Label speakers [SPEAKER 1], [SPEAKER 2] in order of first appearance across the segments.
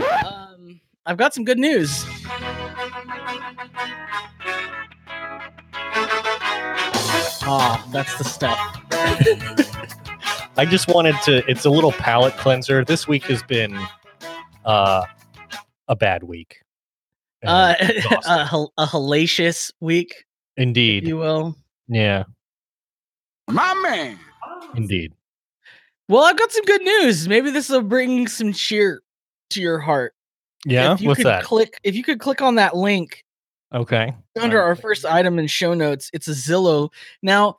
[SPEAKER 1] Um, I've got some good news. Ah, that's the stuff.
[SPEAKER 2] I just wanted to. It's a little palate cleanser. This week has been uh, a bad week. And
[SPEAKER 1] Uh,
[SPEAKER 2] exhausting.
[SPEAKER 1] a, hel- a hellacious week, if
[SPEAKER 2] indeed.
[SPEAKER 1] you will.
[SPEAKER 2] Yeah,
[SPEAKER 3] My man.
[SPEAKER 2] indeed.
[SPEAKER 1] Well, I've got some good news. Maybe this will bring some cheer to your heart.
[SPEAKER 2] Yeah,
[SPEAKER 1] If you
[SPEAKER 2] what's
[SPEAKER 1] could
[SPEAKER 2] that?
[SPEAKER 1] Click if you could click on that link
[SPEAKER 2] okay.
[SPEAKER 1] under
[SPEAKER 2] I'm
[SPEAKER 1] our
[SPEAKER 2] clicking.
[SPEAKER 1] first item in show notes. It's a Zillow. Now,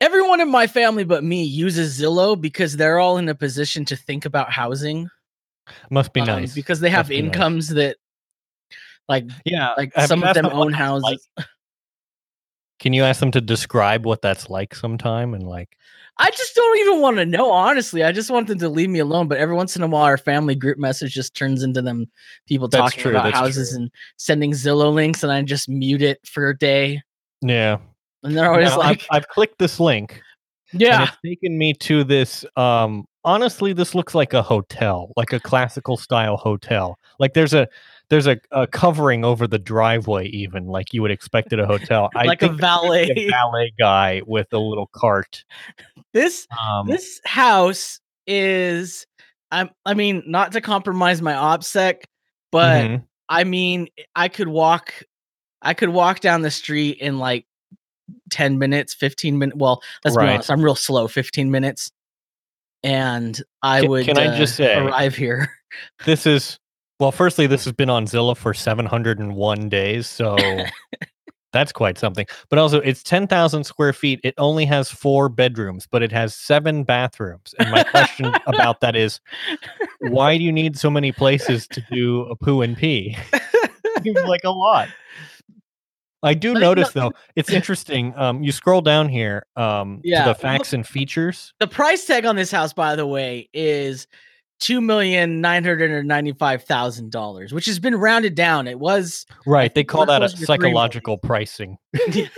[SPEAKER 1] everyone in my family but me uses Zillow because they're all in a position to think about housing.
[SPEAKER 2] Must be
[SPEAKER 1] um,
[SPEAKER 2] nice.
[SPEAKER 1] because they have
[SPEAKER 2] Must be nice.
[SPEAKER 1] incomes that, like,
[SPEAKER 2] yeah,
[SPEAKER 1] like
[SPEAKER 2] I mean,
[SPEAKER 1] some of
[SPEAKER 2] that's
[SPEAKER 1] them
[SPEAKER 2] not what
[SPEAKER 1] own
[SPEAKER 2] I
[SPEAKER 1] houses.
[SPEAKER 2] like. Can you ask them to describe what that's like sometime and like?
[SPEAKER 1] I just don't even want to know, honestly. I just want them to leave me alone. But every once in a while, our family group message just turns into them people
[SPEAKER 2] That's
[SPEAKER 1] talking
[SPEAKER 2] true,
[SPEAKER 1] about
[SPEAKER 2] that's
[SPEAKER 1] houses
[SPEAKER 2] true.
[SPEAKER 1] and sending Zillow links, and I just mute it for a day.
[SPEAKER 2] Yeah.
[SPEAKER 1] And they're always
[SPEAKER 2] Now, I've-
[SPEAKER 1] like,
[SPEAKER 2] I've, clicked this link.
[SPEAKER 1] "Yeah,
[SPEAKER 2] And it's taken me to this. Um, honestly, this looks like a hotel, like a classical style hotel. Like there's a there's a, a covering over the driveway, even like you would expect at a hotel. I
[SPEAKER 1] like a
[SPEAKER 2] think there should
[SPEAKER 1] valet."
[SPEAKER 2] be a valet guy with a little cart.
[SPEAKER 1] this
[SPEAKER 2] Um,
[SPEAKER 1] this house is, I'm, I mean, not to compromise my opsec, but
[SPEAKER 2] mhm.
[SPEAKER 1] I mean, I could walk, I could walk down the street in like ten minutes, fifteen minutes. Well, let's be
[SPEAKER 2] Right.
[SPEAKER 1] honest, I'm real slow. Fifteen minutes, and I
[SPEAKER 2] Can-
[SPEAKER 1] would. uh,
[SPEAKER 2] can I just say-
[SPEAKER 1] arrive here?
[SPEAKER 2] this is well. Firstly, this has been on Zillow for 701 days, so. That's quite something. But also, it's 10,000 square feet. It only has four bedrooms, but it has seven bathrooms. And my question about that is why do you need so many places to do a poo and pee? Seems like a lot. I do
[SPEAKER 1] But it- no-
[SPEAKER 2] notice though, it's interesting. Um, you scroll down here um,
[SPEAKER 1] Yeah,
[SPEAKER 2] to the
[SPEAKER 1] look-
[SPEAKER 2] facts and features.
[SPEAKER 1] The price tag on this house, by the way, is two million nine hundred and ninety-five thousand dollars, which has been rounded down. It was
[SPEAKER 2] Right, they call
[SPEAKER 1] one
[SPEAKER 2] that a
[SPEAKER 1] closer to three million.
[SPEAKER 2] psychological pricing. I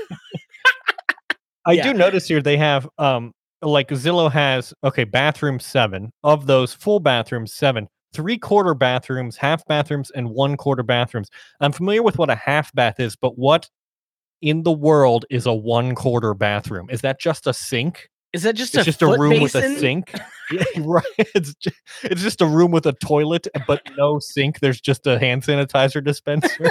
[SPEAKER 1] Yeah.
[SPEAKER 2] do notice here they have um like Zillow has okay bathroom seven of those full bathrooms seven three quarter bathrooms half bathrooms and one quarter bathrooms. I'm familiar with what a half bath is, but what in the world is a one quarter bathroom? Is that just a sink?
[SPEAKER 1] is that just
[SPEAKER 2] it's
[SPEAKER 1] a
[SPEAKER 2] just a
[SPEAKER 1] foot
[SPEAKER 2] room with a
[SPEAKER 1] basin?
[SPEAKER 2] sink. Yeah, right. It's just, it's just a room with a toilet, but no sink. There's just a hand sanitizer dispenser.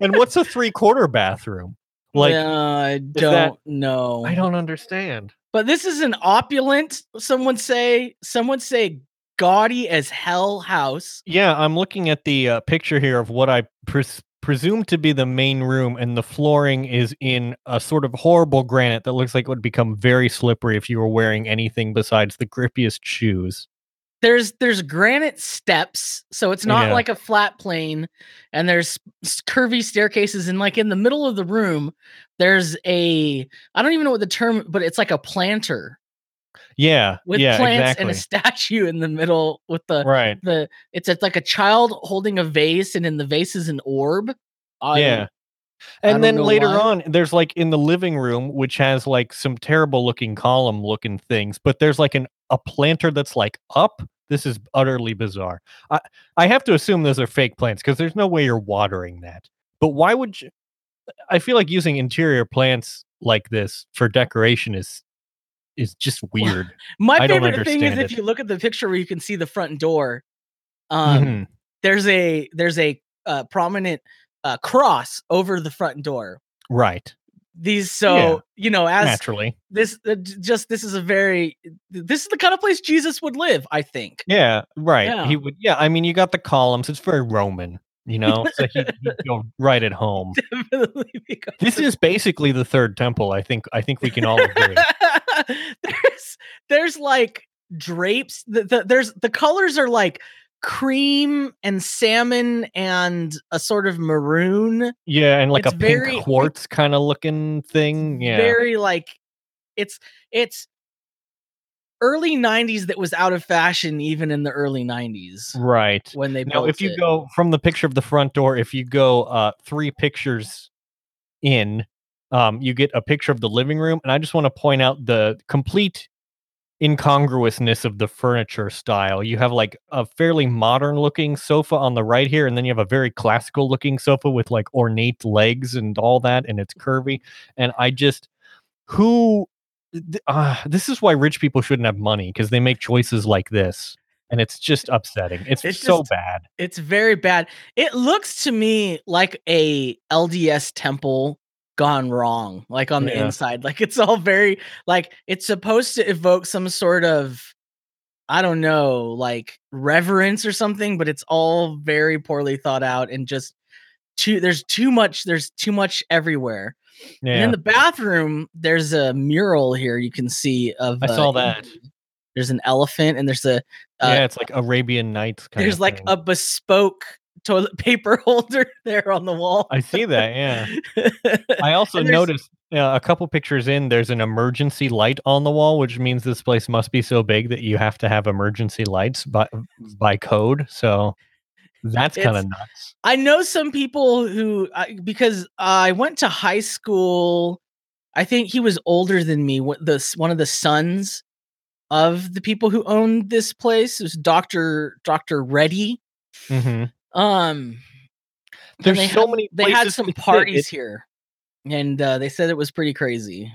[SPEAKER 2] and what's a three quarter bathroom? Like
[SPEAKER 1] Yeah, I
[SPEAKER 2] that-
[SPEAKER 1] don't know.
[SPEAKER 2] I don't understand.
[SPEAKER 1] But this is an opulent, some would say, some would say gaudy as hell house.
[SPEAKER 2] Yeah, I'm looking at the uh, picture here of what I pres- presume to be the main room, and the flooring is in a sort of horrible granite that looks like it would become very slippery if you were wearing anything besides the grippiest shoes.
[SPEAKER 1] There's there's granite steps, so it's not
[SPEAKER 2] Yeah.
[SPEAKER 1] like a flat plane, and there's s- curvy staircases, and like in the middle of the room, there's a I don't even know what the term, but it's like a planter
[SPEAKER 2] Yeah,
[SPEAKER 1] with
[SPEAKER 2] yeah,
[SPEAKER 1] plants and a uh,
[SPEAKER 2] exactly.
[SPEAKER 1] statue in the middle with the
[SPEAKER 2] right.
[SPEAKER 1] the it's a, like a child holding a vase, and in the vase is an orb. I-
[SPEAKER 2] yeah.
[SPEAKER 1] I don't
[SPEAKER 2] And then
[SPEAKER 1] know
[SPEAKER 2] later
[SPEAKER 1] why.
[SPEAKER 2] on, there's like in the living room, which has like some terrible looking column looking things, but there's like an a planter that's like up. This is utterly bizarre. I I have to assume those are fake plants because there's no way you're watering that. But why would you? I feel like using interior plants like this for decoration is is just weird.
[SPEAKER 1] My
[SPEAKER 2] I don't
[SPEAKER 1] favorite thing is
[SPEAKER 2] understand
[SPEAKER 1] if
[SPEAKER 2] it.
[SPEAKER 1] you look at the picture where you can see the front door. Um,
[SPEAKER 2] Mhm.
[SPEAKER 1] There's a there's a uh, prominent uh, cross over the front door.
[SPEAKER 2] Right,
[SPEAKER 1] These so you know as
[SPEAKER 2] naturally.
[SPEAKER 1] this uh, j- just this is a very th- this is the kind of place Jesus would live. I think.
[SPEAKER 2] Yeah, right.
[SPEAKER 1] Yeah.
[SPEAKER 2] He would. Yeah, I mean, you got the columns. It's very Roman. You know, so he, he'd feel right at home.
[SPEAKER 1] Definitely because-
[SPEAKER 2] This is basically the third temple. I think. I think we can all agree.
[SPEAKER 1] there's there's like drapes. The, the, there's the colors are like cream and salmon and a sort of maroon.
[SPEAKER 2] yeah, and like
[SPEAKER 1] It's
[SPEAKER 2] a
[SPEAKER 1] very-
[SPEAKER 2] pink quartz kind of looking thing. Yeah,
[SPEAKER 1] very like it's it's early 90s that was out of fashion even in the early 90s
[SPEAKER 2] right.
[SPEAKER 1] when they
[SPEAKER 2] Now,
[SPEAKER 1] built
[SPEAKER 2] if you
[SPEAKER 1] it.
[SPEAKER 2] go from the picture of the front door, if you go uh, three pictures in, um, you get a picture of the living room, and I just want to point out the complete incongruousness of the furniture style. You have like a fairly modern looking sofa on the right here, and then you have a very classical looking sofa with like ornate legs and all that, and it's curvy. And I just, who, th- uh, this is why rich people shouldn't have money because they make choices like this. And it's just upsetting. It's,
[SPEAKER 1] It's
[SPEAKER 2] so
[SPEAKER 1] just-
[SPEAKER 2] bad.
[SPEAKER 1] It's very bad. It looks to me like a LDS temple gone wrong, like on the
[SPEAKER 2] Yeah.
[SPEAKER 1] inside. Like it's all very like it's supposed to evoke some sort of I don't know, like reverence or something, but it's all very poorly thought out and just too there's too much there's too much everywhere. And
[SPEAKER 2] Yeah.
[SPEAKER 1] in the bathroom, there's a mural here you can see of
[SPEAKER 2] I saw
[SPEAKER 1] uh,
[SPEAKER 2] that.
[SPEAKER 1] There's an elephant and there's a uh,
[SPEAKER 2] yeah, it's like Arabian Nights kind
[SPEAKER 1] there's
[SPEAKER 2] of
[SPEAKER 1] like
[SPEAKER 2] thing.
[SPEAKER 1] a bespoke toilet paper holder there on the wall.
[SPEAKER 2] I see that, yeah. I also
[SPEAKER 1] And there's-
[SPEAKER 2] noticed uh, a couple pictures in there's an emergency light on the wall, which means this place must be so big that you have to have emergency lights by by code. So that's kind of
[SPEAKER 1] It's-
[SPEAKER 2] nuts.
[SPEAKER 1] I know some people who I, because I went to high school. I think he was older than me. wh- The s- one of the sons of the people who owned this place it was Doctor Doctor Reddy.
[SPEAKER 2] Mhm.
[SPEAKER 1] Um, and
[SPEAKER 2] There's
[SPEAKER 1] they
[SPEAKER 2] so
[SPEAKER 1] had-
[SPEAKER 2] many.
[SPEAKER 1] They had
[SPEAKER 2] places
[SPEAKER 1] some
[SPEAKER 2] to sit.
[SPEAKER 1] parties
[SPEAKER 2] It-
[SPEAKER 1] here, and uh, they said it was pretty crazy.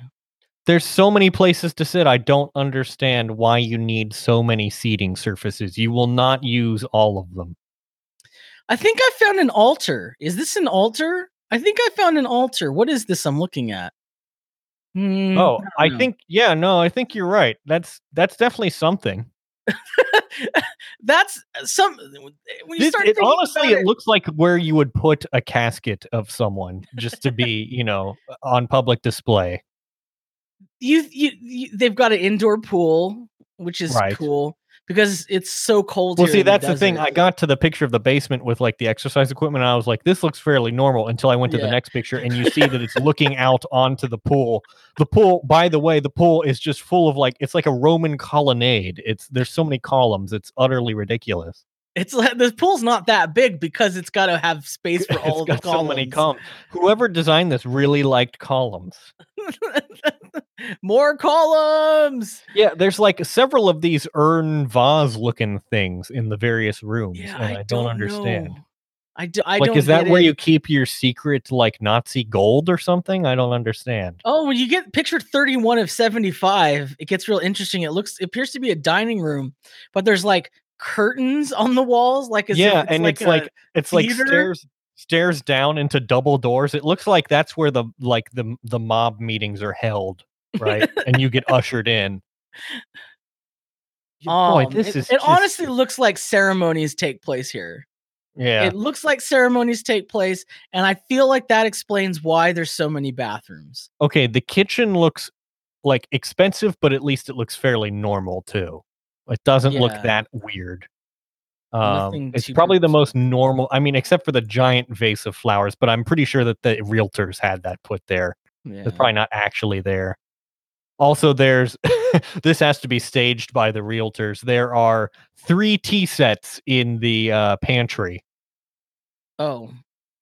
[SPEAKER 2] there's so many places to sit. I don't understand why you need so many seating surfaces. You will not use all of them.
[SPEAKER 1] I think I found an altar. Is this an altar? I think I found an altar. What is this I'm looking at? Hmm,
[SPEAKER 2] Oh, I
[SPEAKER 1] know.
[SPEAKER 2] think yeah, no, I think you're right. That's that's definitely something.
[SPEAKER 1] that's uh, some. When you
[SPEAKER 2] This-
[SPEAKER 1] start
[SPEAKER 2] it-
[SPEAKER 1] thinking
[SPEAKER 2] honestly,
[SPEAKER 1] about
[SPEAKER 2] it looks like where you would put a casket of someone just to be, you know, on public display.
[SPEAKER 1] you, you, you they've got an indoor pool, which is
[SPEAKER 2] Right.
[SPEAKER 1] cool because it's so cold.
[SPEAKER 2] Well,
[SPEAKER 1] here
[SPEAKER 2] see,
[SPEAKER 1] in the
[SPEAKER 2] that's the thing.
[SPEAKER 1] desert.
[SPEAKER 2] I got to the picture of the basement with like the exercise equipment, and I was like, "This looks fairly normal." Until I went to
[SPEAKER 1] Yeah.
[SPEAKER 2] the next picture, and you see that it's looking out onto the pool. The pool, by the way, the pool is just full of like it's like a Roman colonnade. It's there's so many columns. It's utterly ridiculous.
[SPEAKER 1] It's like the pool's not that big because it's got to have space for all
[SPEAKER 2] it's
[SPEAKER 1] of the
[SPEAKER 2] got so many
[SPEAKER 1] columns.
[SPEAKER 2] columns. Whoever designed this really liked columns.
[SPEAKER 1] More columns.
[SPEAKER 2] Yeah, there's like several of these urn vase looking things in the various rooms,
[SPEAKER 1] Yeah,
[SPEAKER 2] and I, don't, understand.
[SPEAKER 1] know. I do. I
[SPEAKER 2] like,
[SPEAKER 1] don't
[SPEAKER 2] is that
[SPEAKER 1] get
[SPEAKER 2] where
[SPEAKER 1] it.
[SPEAKER 2] you keep your secret like Nazi gold or something? I don't understand.
[SPEAKER 1] Oh, when you get picture 31 of 75, it gets real interesting. It looks it appears to be a dining room, but there's like curtains on the walls, like as if
[SPEAKER 2] yeah, and it's like
[SPEAKER 1] a-
[SPEAKER 2] it's like
[SPEAKER 1] theater?
[SPEAKER 2] stairs stairs down into double doors. It looks like that's where the like the the mob meetings are held, right? and you get ushered in. Yeah, Boy,
[SPEAKER 1] um,
[SPEAKER 2] this
[SPEAKER 1] it,
[SPEAKER 2] is
[SPEAKER 1] it
[SPEAKER 2] just-
[SPEAKER 1] honestly looks like ceremonies take place here.
[SPEAKER 2] yeah.
[SPEAKER 1] It looks like ceremonies take place, and I feel like that explains why there's so many bathrooms.
[SPEAKER 2] okay, the kitchen looks like expensive, but at least it looks fairly normal too. It doesn't look
[SPEAKER 1] Yeah.
[SPEAKER 2] that weird.
[SPEAKER 1] Nothing
[SPEAKER 2] Um, it's
[SPEAKER 1] too
[SPEAKER 2] probably the
[SPEAKER 1] crazy.
[SPEAKER 2] most normal. I mean, except for the giant vase of flowers, but I'm pretty sure that the realtors had that put there.
[SPEAKER 1] Yeah.
[SPEAKER 2] It's probably not actually there. Also, there's this has to be staged by the realtors. There are three tea sets in the uh, pantry,
[SPEAKER 1] oh,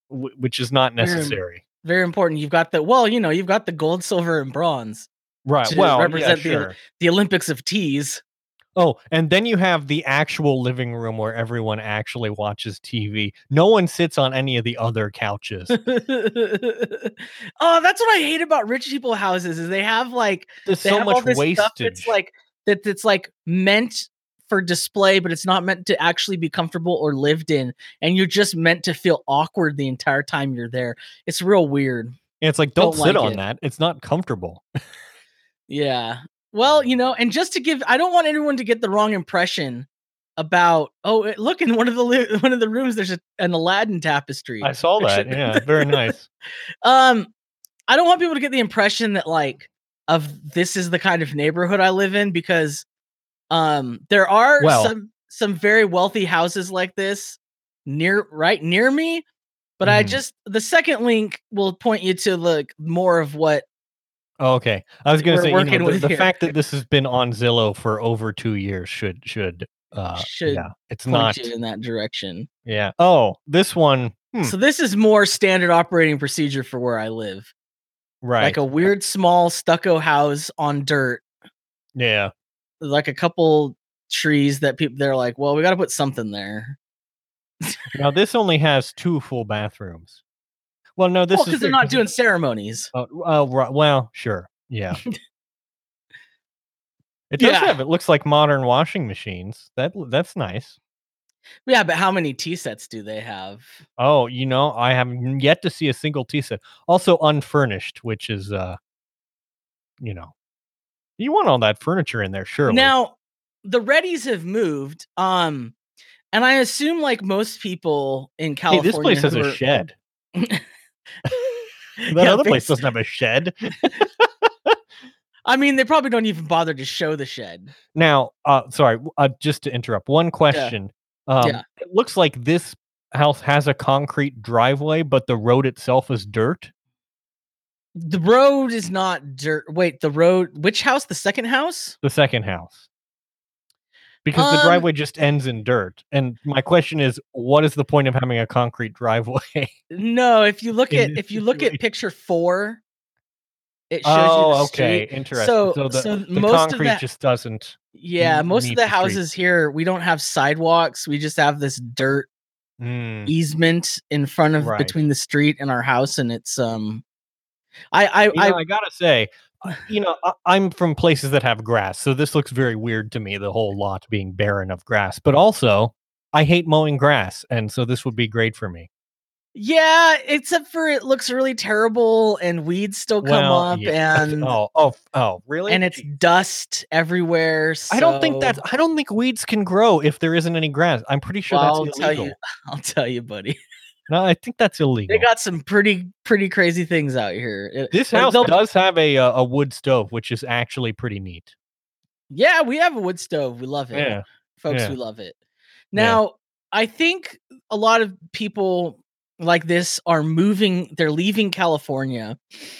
[SPEAKER 2] w- which is not
[SPEAKER 1] Very-
[SPEAKER 2] necessary.
[SPEAKER 1] very important. You've got the well, you know, you've got the gold, silver, and bronze,
[SPEAKER 2] Right.
[SPEAKER 1] to
[SPEAKER 2] Well,
[SPEAKER 1] represent
[SPEAKER 2] represent
[SPEAKER 1] the-
[SPEAKER 2] yeah, sure.
[SPEAKER 1] the Olympics of teas.
[SPEAKER 2] Oh, and then you have the actual living room where everyone actually watches TV. No one sits on any of the other couches.
[SPEAKER 1] oh, that's what I hate about rich people houses is they have like
[SPEAKER 2] There's
[SPEAKER 1] they
[SPEAKER 2] so
[SPEAKER 1] have all
[SPEAKER 2] much
[SPEAKER 1] this stuff
[SPEAKER 2] wastage.
[SPEAKER 1] that's like that that's like meant for display, but it's not meant to actually be comfortable or lived in, and you're just meant to feel awkward the entire time you're there. It's real weird.
[SPEAKER 2] And it's like
[SPEAKER 1] don't
[SPEAKER 2] don't, sit
[SPEAKER 1] like
[SPEAKER 2] on
[SPEAKER 1] it.
[SPEAKER 2] that. It's not comfortable.
[SPEAKER 1] Yeah. Well, you know, and just to give, I don't want anyone to get the wrong impression about. Oh, it- look in one of the li- one of the rooms. There's a, an Aladdin tapestry.
[SPEAKER 2] I saw that.
[SPEAKER 1] Actually-
[SPEAKER 2] Yeah, very nice.
[SPEAKER 1] um i don't want people to get the impression that like of this is the kind of neighborhood i live in because um there are
[SPEAKER 2] Well-
[SPEAKER 1] some some very wealthy houses like this near right near me but i
[SPEAKER 2] Mhm.
[SPEAKER 1] just the second link will point you to like more of what
[SPEAKER 2] Oh, okay, I was going
[SPEAKER 1] We're
[SPEAKER 2] to say you know,
[SPEAKER 1] working
[SPEAKER 2] the-
[SPEAKER 1] with
[SPEAKER 2] the,
[SPEAKER 1] here.
[SPEAKER 2] fact that this has been on Zillow for over two years should should uh,
[SPEAKER 1] Should
[SPEAKER 2] yeah, it's
[SPEAKER 1] point
[SPEAKER 2] not
[SPEAKER 1] you in that direction
[SPEAKER 2] yeah. Oh, this one hmm,
[SPEAKER 1] so this is more standard operating procedure for where i live
[SPEAKER 2] right
[SPEAKER 1] like a weird small stucco house on dirt
[SPEAKER 2] yeah.
[SPEAKER 1] like a couple trees that people they're like, well, we got to put something there.
[SPEAKER 2] Now this only has two full bathrooms. Well, no, this
[SPEAKER 1] Well,
[SPEAKER 2] is
[SPEAKER 1] Oh, because they're not doing ceremonies.
[SPEAKER 2] Oh, uh, ri- well, sure, yeah. It does
[SPEAKER 1] Yeah.
[SPEAKER 2] have. It looks like modern washing machines. That that's nice.
[SPEAKER 1] Yeah, but how many tea sets do they have?
[SPEAKER 2] Oh, you know, I have n- yet to see a single tea set. Also unfurnished, which is uh you know. You want all that furniture in there, surely.
[SPEAKER 1] Now, the Reddies have moved. Um, and I assume like most people in
[SPEAKER 2] hey,
[SPEAKER 1] California,
[SPEAKER 2] this place has
[SPEAKER 1] who
[SPEAKER 2] a
[SPEAKER 1] are-
[SPEAKER 2] shed. That
[SPEAKER 1] Yeah,
[SPEAKER 2] other place
[SPEAKER 1] thanks.
[SPEAKER 2] doesn't have a shed.
[SPEAKER 1] I mean, they probably don't even bother to show the shed.
[SPEAKER 2] Now, uh sorry, w- uh, just to interrupt. One question. Um
[SPEAKER 1] Yeah.
[SPEAKER 2] it looks like this house has a concrete driveway, but the road itself is dirt.
[SPEAKER 1] The road is not dirt. Wait, the road. Which house? The second house?
[SPEAKER 2] The second house. Because the
[SPEAKER 1] Um,
[SPEAKER 2] driveway just ends in dirt. And my question is, what is the point of having a concrete driveway?
[SPEAKER 1] No. If you look
[SPEAKER 2] In
[SPEAKER 1] at
[SPEAKER 2] this
[SPEAKER 1] if you look at
[SPEAKER 2] situation.
[SPEAKER 1] picture four, it shows you the
[SPEAKER 2] Oh,
[SPEAKER 1] street.
[SPEAKER 2] okay, interesting.
[SPEAKER 1] So-
[SPEAKER 2] So, the,
[SPEAKER 1] so
[SPEAKER 2] the
[SPEAKER 1] most of
[SPEAKER 2] concrete
[SPEAKER 1] that-
[SPEAKER 2] just doesn't.
[SPEAKER 1] Yeah,
[SPEAKER 2] Mm,
[SPEAKER 1] most
[SPEAKER 2] need
[SPEAKER 1] of the
[SPEAKER 2] the street.
[SPEAKER 1] houses here we don't have sidewalks. We just have this dirt
[SPEAKER 2] Mm.
[SPEAKER 1] easement in front of
[SPEAKER 2] Right.
[SPEAKER 1] between the street and our house, and it's um, I I,
[SPEAKER 2] You
[SPEAKER 1] I
[SPEAKER 2] know, I gotta say, uh, you know, I, I'm from places that have grass, so this looks very weird to me. The whole lot being barren of grass, but also I hate mowing grass, and so this would be great for me.
[SPEAKER 1] yeah, except for it looks really terrible and weeds still come
[SPEAKER 2] Well,
[SPEAKER 1] up
[SPEAKER 2] yeah.
[SPEAKER 1] and
[SPEAKER 2] oh, oh, oh, really?
[SPEAKER 1] and it's dust everywhere.
[SPEAKER 2] I don't think that's.
[SPEAKER 1] so-
[SPEAKER 2] I don't think weeds can grow if there isn't any grass. I'm pretty sure
[SPEAKER 1] well,
[SPEAKER 2] that's
[SPEAKER 1] I'll
[SPEAKER 2] illegal.
[SPEAKER 1] tell you, I'll tell you, buddy.
[SPEAKER 2] No, I think that's illegal.
[SPEAKER 1] They got some pretty pretty crazy things out here. It-
[SPEAKER 2] this
[SPEAKER 1] like,
[SPEAKER 2] house
[SPEAKER 1] they'll-
[SPEAKER 2] does have a uh, a wood stove, which is actually pretty neat.
[SPEAKER 1] yeah, we have a wood stove. We love it.
[SPEAKER 2] Yeah.
[SPEAKER 1] folks
[SPEAKER 2] Yeah.
[SPEAKER 1] we love it
[SPEAKER 2] Yeah.
[SPEAKER 1] now i think a lot of people like this are moving they're leaving california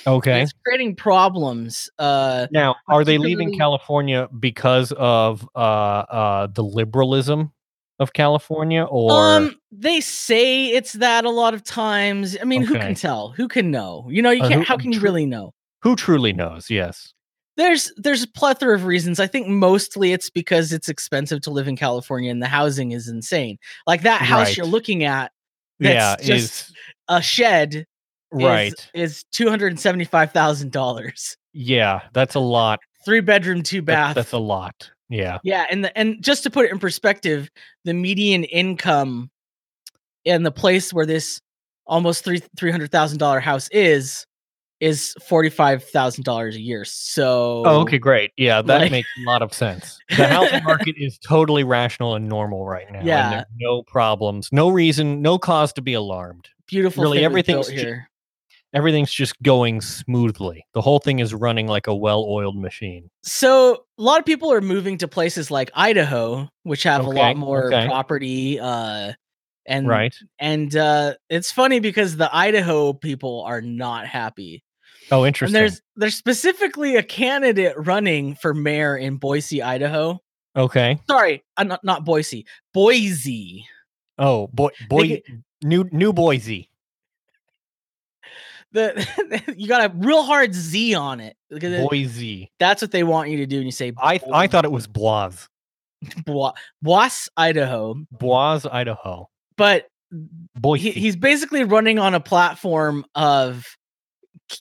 [SPEAKER 1] and
[SPEAKER 2] Okay.
[SPEAKER 1] it's creating problems uh
[SPEAKER 2] Now, are they leaving
[SPEAKER 1] particularly-
[SPEAKER 2] California because of uh, uh, the liberalism of California, or
[SPEAKER 1] um they say it's that a lot of times i mean who
[SPEAKER 2] Okay.
[SPEAKER 1] can tell who can know you know you
[SPEAKER 2] Uh,
[SPEAKER 1] can't
[SPEAKER 2] who-
[SPEAKER 1] how can you
[SPEAKER 2] true.
[SPEAKER 1] really know
[SPEAKER 2] who truly knows? Yes.
[SPEAKER 1] there's there's a plethora of reasons i think mostly it's because it's expensive to live in california and the housing is insane like that house you're
[SPEAKER 2] Right.
[SPEAKER 1] looking at That's
[SPEAKER 2] yeah.
[SPEAKER 1] just-
[SPEAKER 2] is
[SPEAKER 1] a shed is-
[SPEAKER 2] right.
[SPEAKER 1] is two hundred and seventy five thousand dollars.
[SPEAKER 2] yeah, that's a lot.
[SPEAKER 1] Three bedroom, two
[SPEAKER 2] That-
[SPEAKER 1] bath.
[SPEAKER 2] that's a lot. Yeah.
[SPEAKER 1] yeah, and the, and just to put it in perspective, the median income in the place where this almost three three hundred thousand dollar house is is forty five thousand dollars a year. So
[SPEAKER 2] Oh, okay, great. Yeah, that
[SPEAKER 1] Like-
[SPEAKER 2] makes a lot of sense. The housing market is totally rational and normal right now. and
[SPEAKER 1] Yeah.
[SPEAKER 2] there's no problems, no reason, no cause to be alarmed.
[SPEAKER 1] beautiful.
[SPEAKER 2] really
[SPEAKER 1] thing was built
[SPEAKER 2] everything's ju-
[SPEAKER 1] here.
[SPEAKER 2] Everything's just going smoothly. The whole thing is running like a well-oiled machine.
[SPEAKER 1] so a lot of people are moving to places like Idaho, which have a lot
[SPEAKER 2] Okay,
[SPEAKER 1] more
[SPEAKER 2] okay.
[SPEAKER 1] property. Uh, and
[SPEAKER 2] right.
[SPEAKER 1] and uh, it's funny because the Idaho people are not happy.
[SPEAKER 2] Oh,
[SPEAKER 1] And
[SPEAKER 2] interesting.
[SPEAKER 1] there's there's specifically a candidate running for mayor in Boise, Idaho.
[SPEAKER 2] okay.
[SPEAKER 1] Sorry, uh, not not Boise, Boise.
[SPEAKER 2] Oh boy, boy,
[SPEAKER 1] get-
[SPEAKER 2] new new Boise.
[SPEAKER 1] The you got a real hard Z on it because it-
[SPEAKER 2] Boise.
[SPEAKER 1] that's what they want you to do. And you say
[SPEAKER 2] I th- I thought it was Boise,
[SPEAKER 1] Bo- Boise, Idaho,
[SPEAKER 2] Boise, Idaho.
[SPEAKER 1] but
[SPEAKER 2] Boise.
[SPEAKER 1] he, he's basically running on a platform of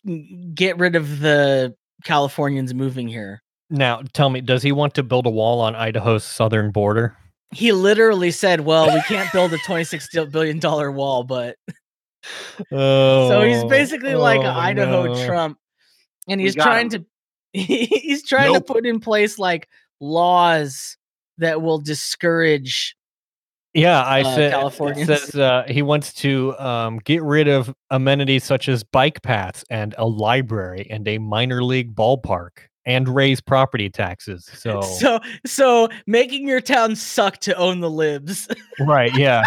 [SPEAKER 1] k- get rid of the Californians moving here.
[SPEAKER 2] now tell me, does he want to build a wall on Idaho's southern border?
[SPEAKER 1] He literally said, "Well, we can't build a 26 billion dollar wall, but
[SPEAKER 2] Oh,
[SPEAKER 1] so he's basically like a
[SPEAKER 2] oh,
[SPEAKER 1] Idaho
[SPEAKER 2] no.
[SPEAKER 1] Trump, and
[SPEAKER 3] We
[SPEAKER 1] he's
[SPEAKER 3] got
[SPEAKER 1] trying to he's trying
[SPEAKER 3] Nope.
[SPEAKER 1] to put in place like laws that will discourage
[SPEAKER 2] Yeah, I
[SPEAKER 1] uh,
[SPEAKER 2] said. It
[SPEAKER 1] Californians.
[SPEAKER 2] says uh, he wants to um, get rid of amenities such as bike paths and a library and a minor league ballpark and raise property taxes. So,
[SPEAKER 1] so so making your town suck to own the libs.
[SPEAKER 2] right, yeah.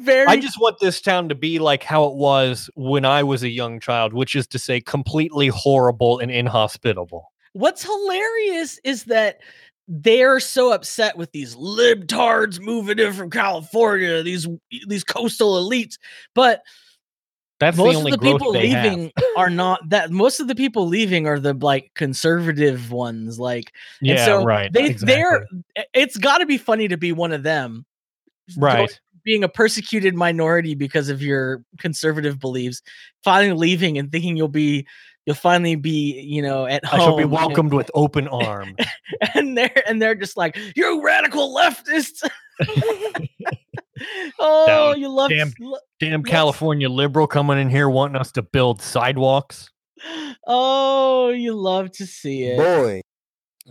[SPEAKER 1] Very
[SPEAKER 2] I just want this town to be like how it was when I was a young child, which is to say, completely horrible and inhospitable.
[SPEAKER 1] What's hilarious is that they're so upset with these libtards moving in from California, these these coastal elites, but
[SPEAKER 2] That's
[SPEAKER 1] most
[SPEAKER 2] the only
[SPEAKER 1] of the
[SPEAKER 2] growth
[SPEAKER 1] people
[SPEAKER 2] they have.
[SPEAKER 1] leaving are not that most of the people leaving are the like conservative ones like
[SPEAKER 2] Yeah,
[SPEAKER 1] so
[SPEAKER 2] right.
[SPEAKER 1] they
[SPEAKER 2] exactly.
[SPEAKER 1] they're eh, it's got to be funny to be one of them
[SPEAKER 2] right.
[SPEAKER 1] being a persecuted minority because of your conservative beliefs finally leaving and thinking you'll be you'll finally be you know at
[SPEAKER 2] I
[SPEAKER 1] home
[SPEAKER 2] shall be
[SPEAKER 1] and-
[SPEAKER 2] welcomed with open arms.
[SPEAKER 1] and they're and they're just like you radical leftists oh
[SPEAKER 2] Down-
[SPEAKER 1] you love
[SPEAKER 2] damn
[SPEAKER 1] lo-
[SPEAKER 2] Damn
[SPEAKER 1] Yes.
[SPEAKER 2] California liberal coming in here wanting us to build sidewalks.
[SPEAKER 1] oh you love to see it
[SPEAKER 4] Boy.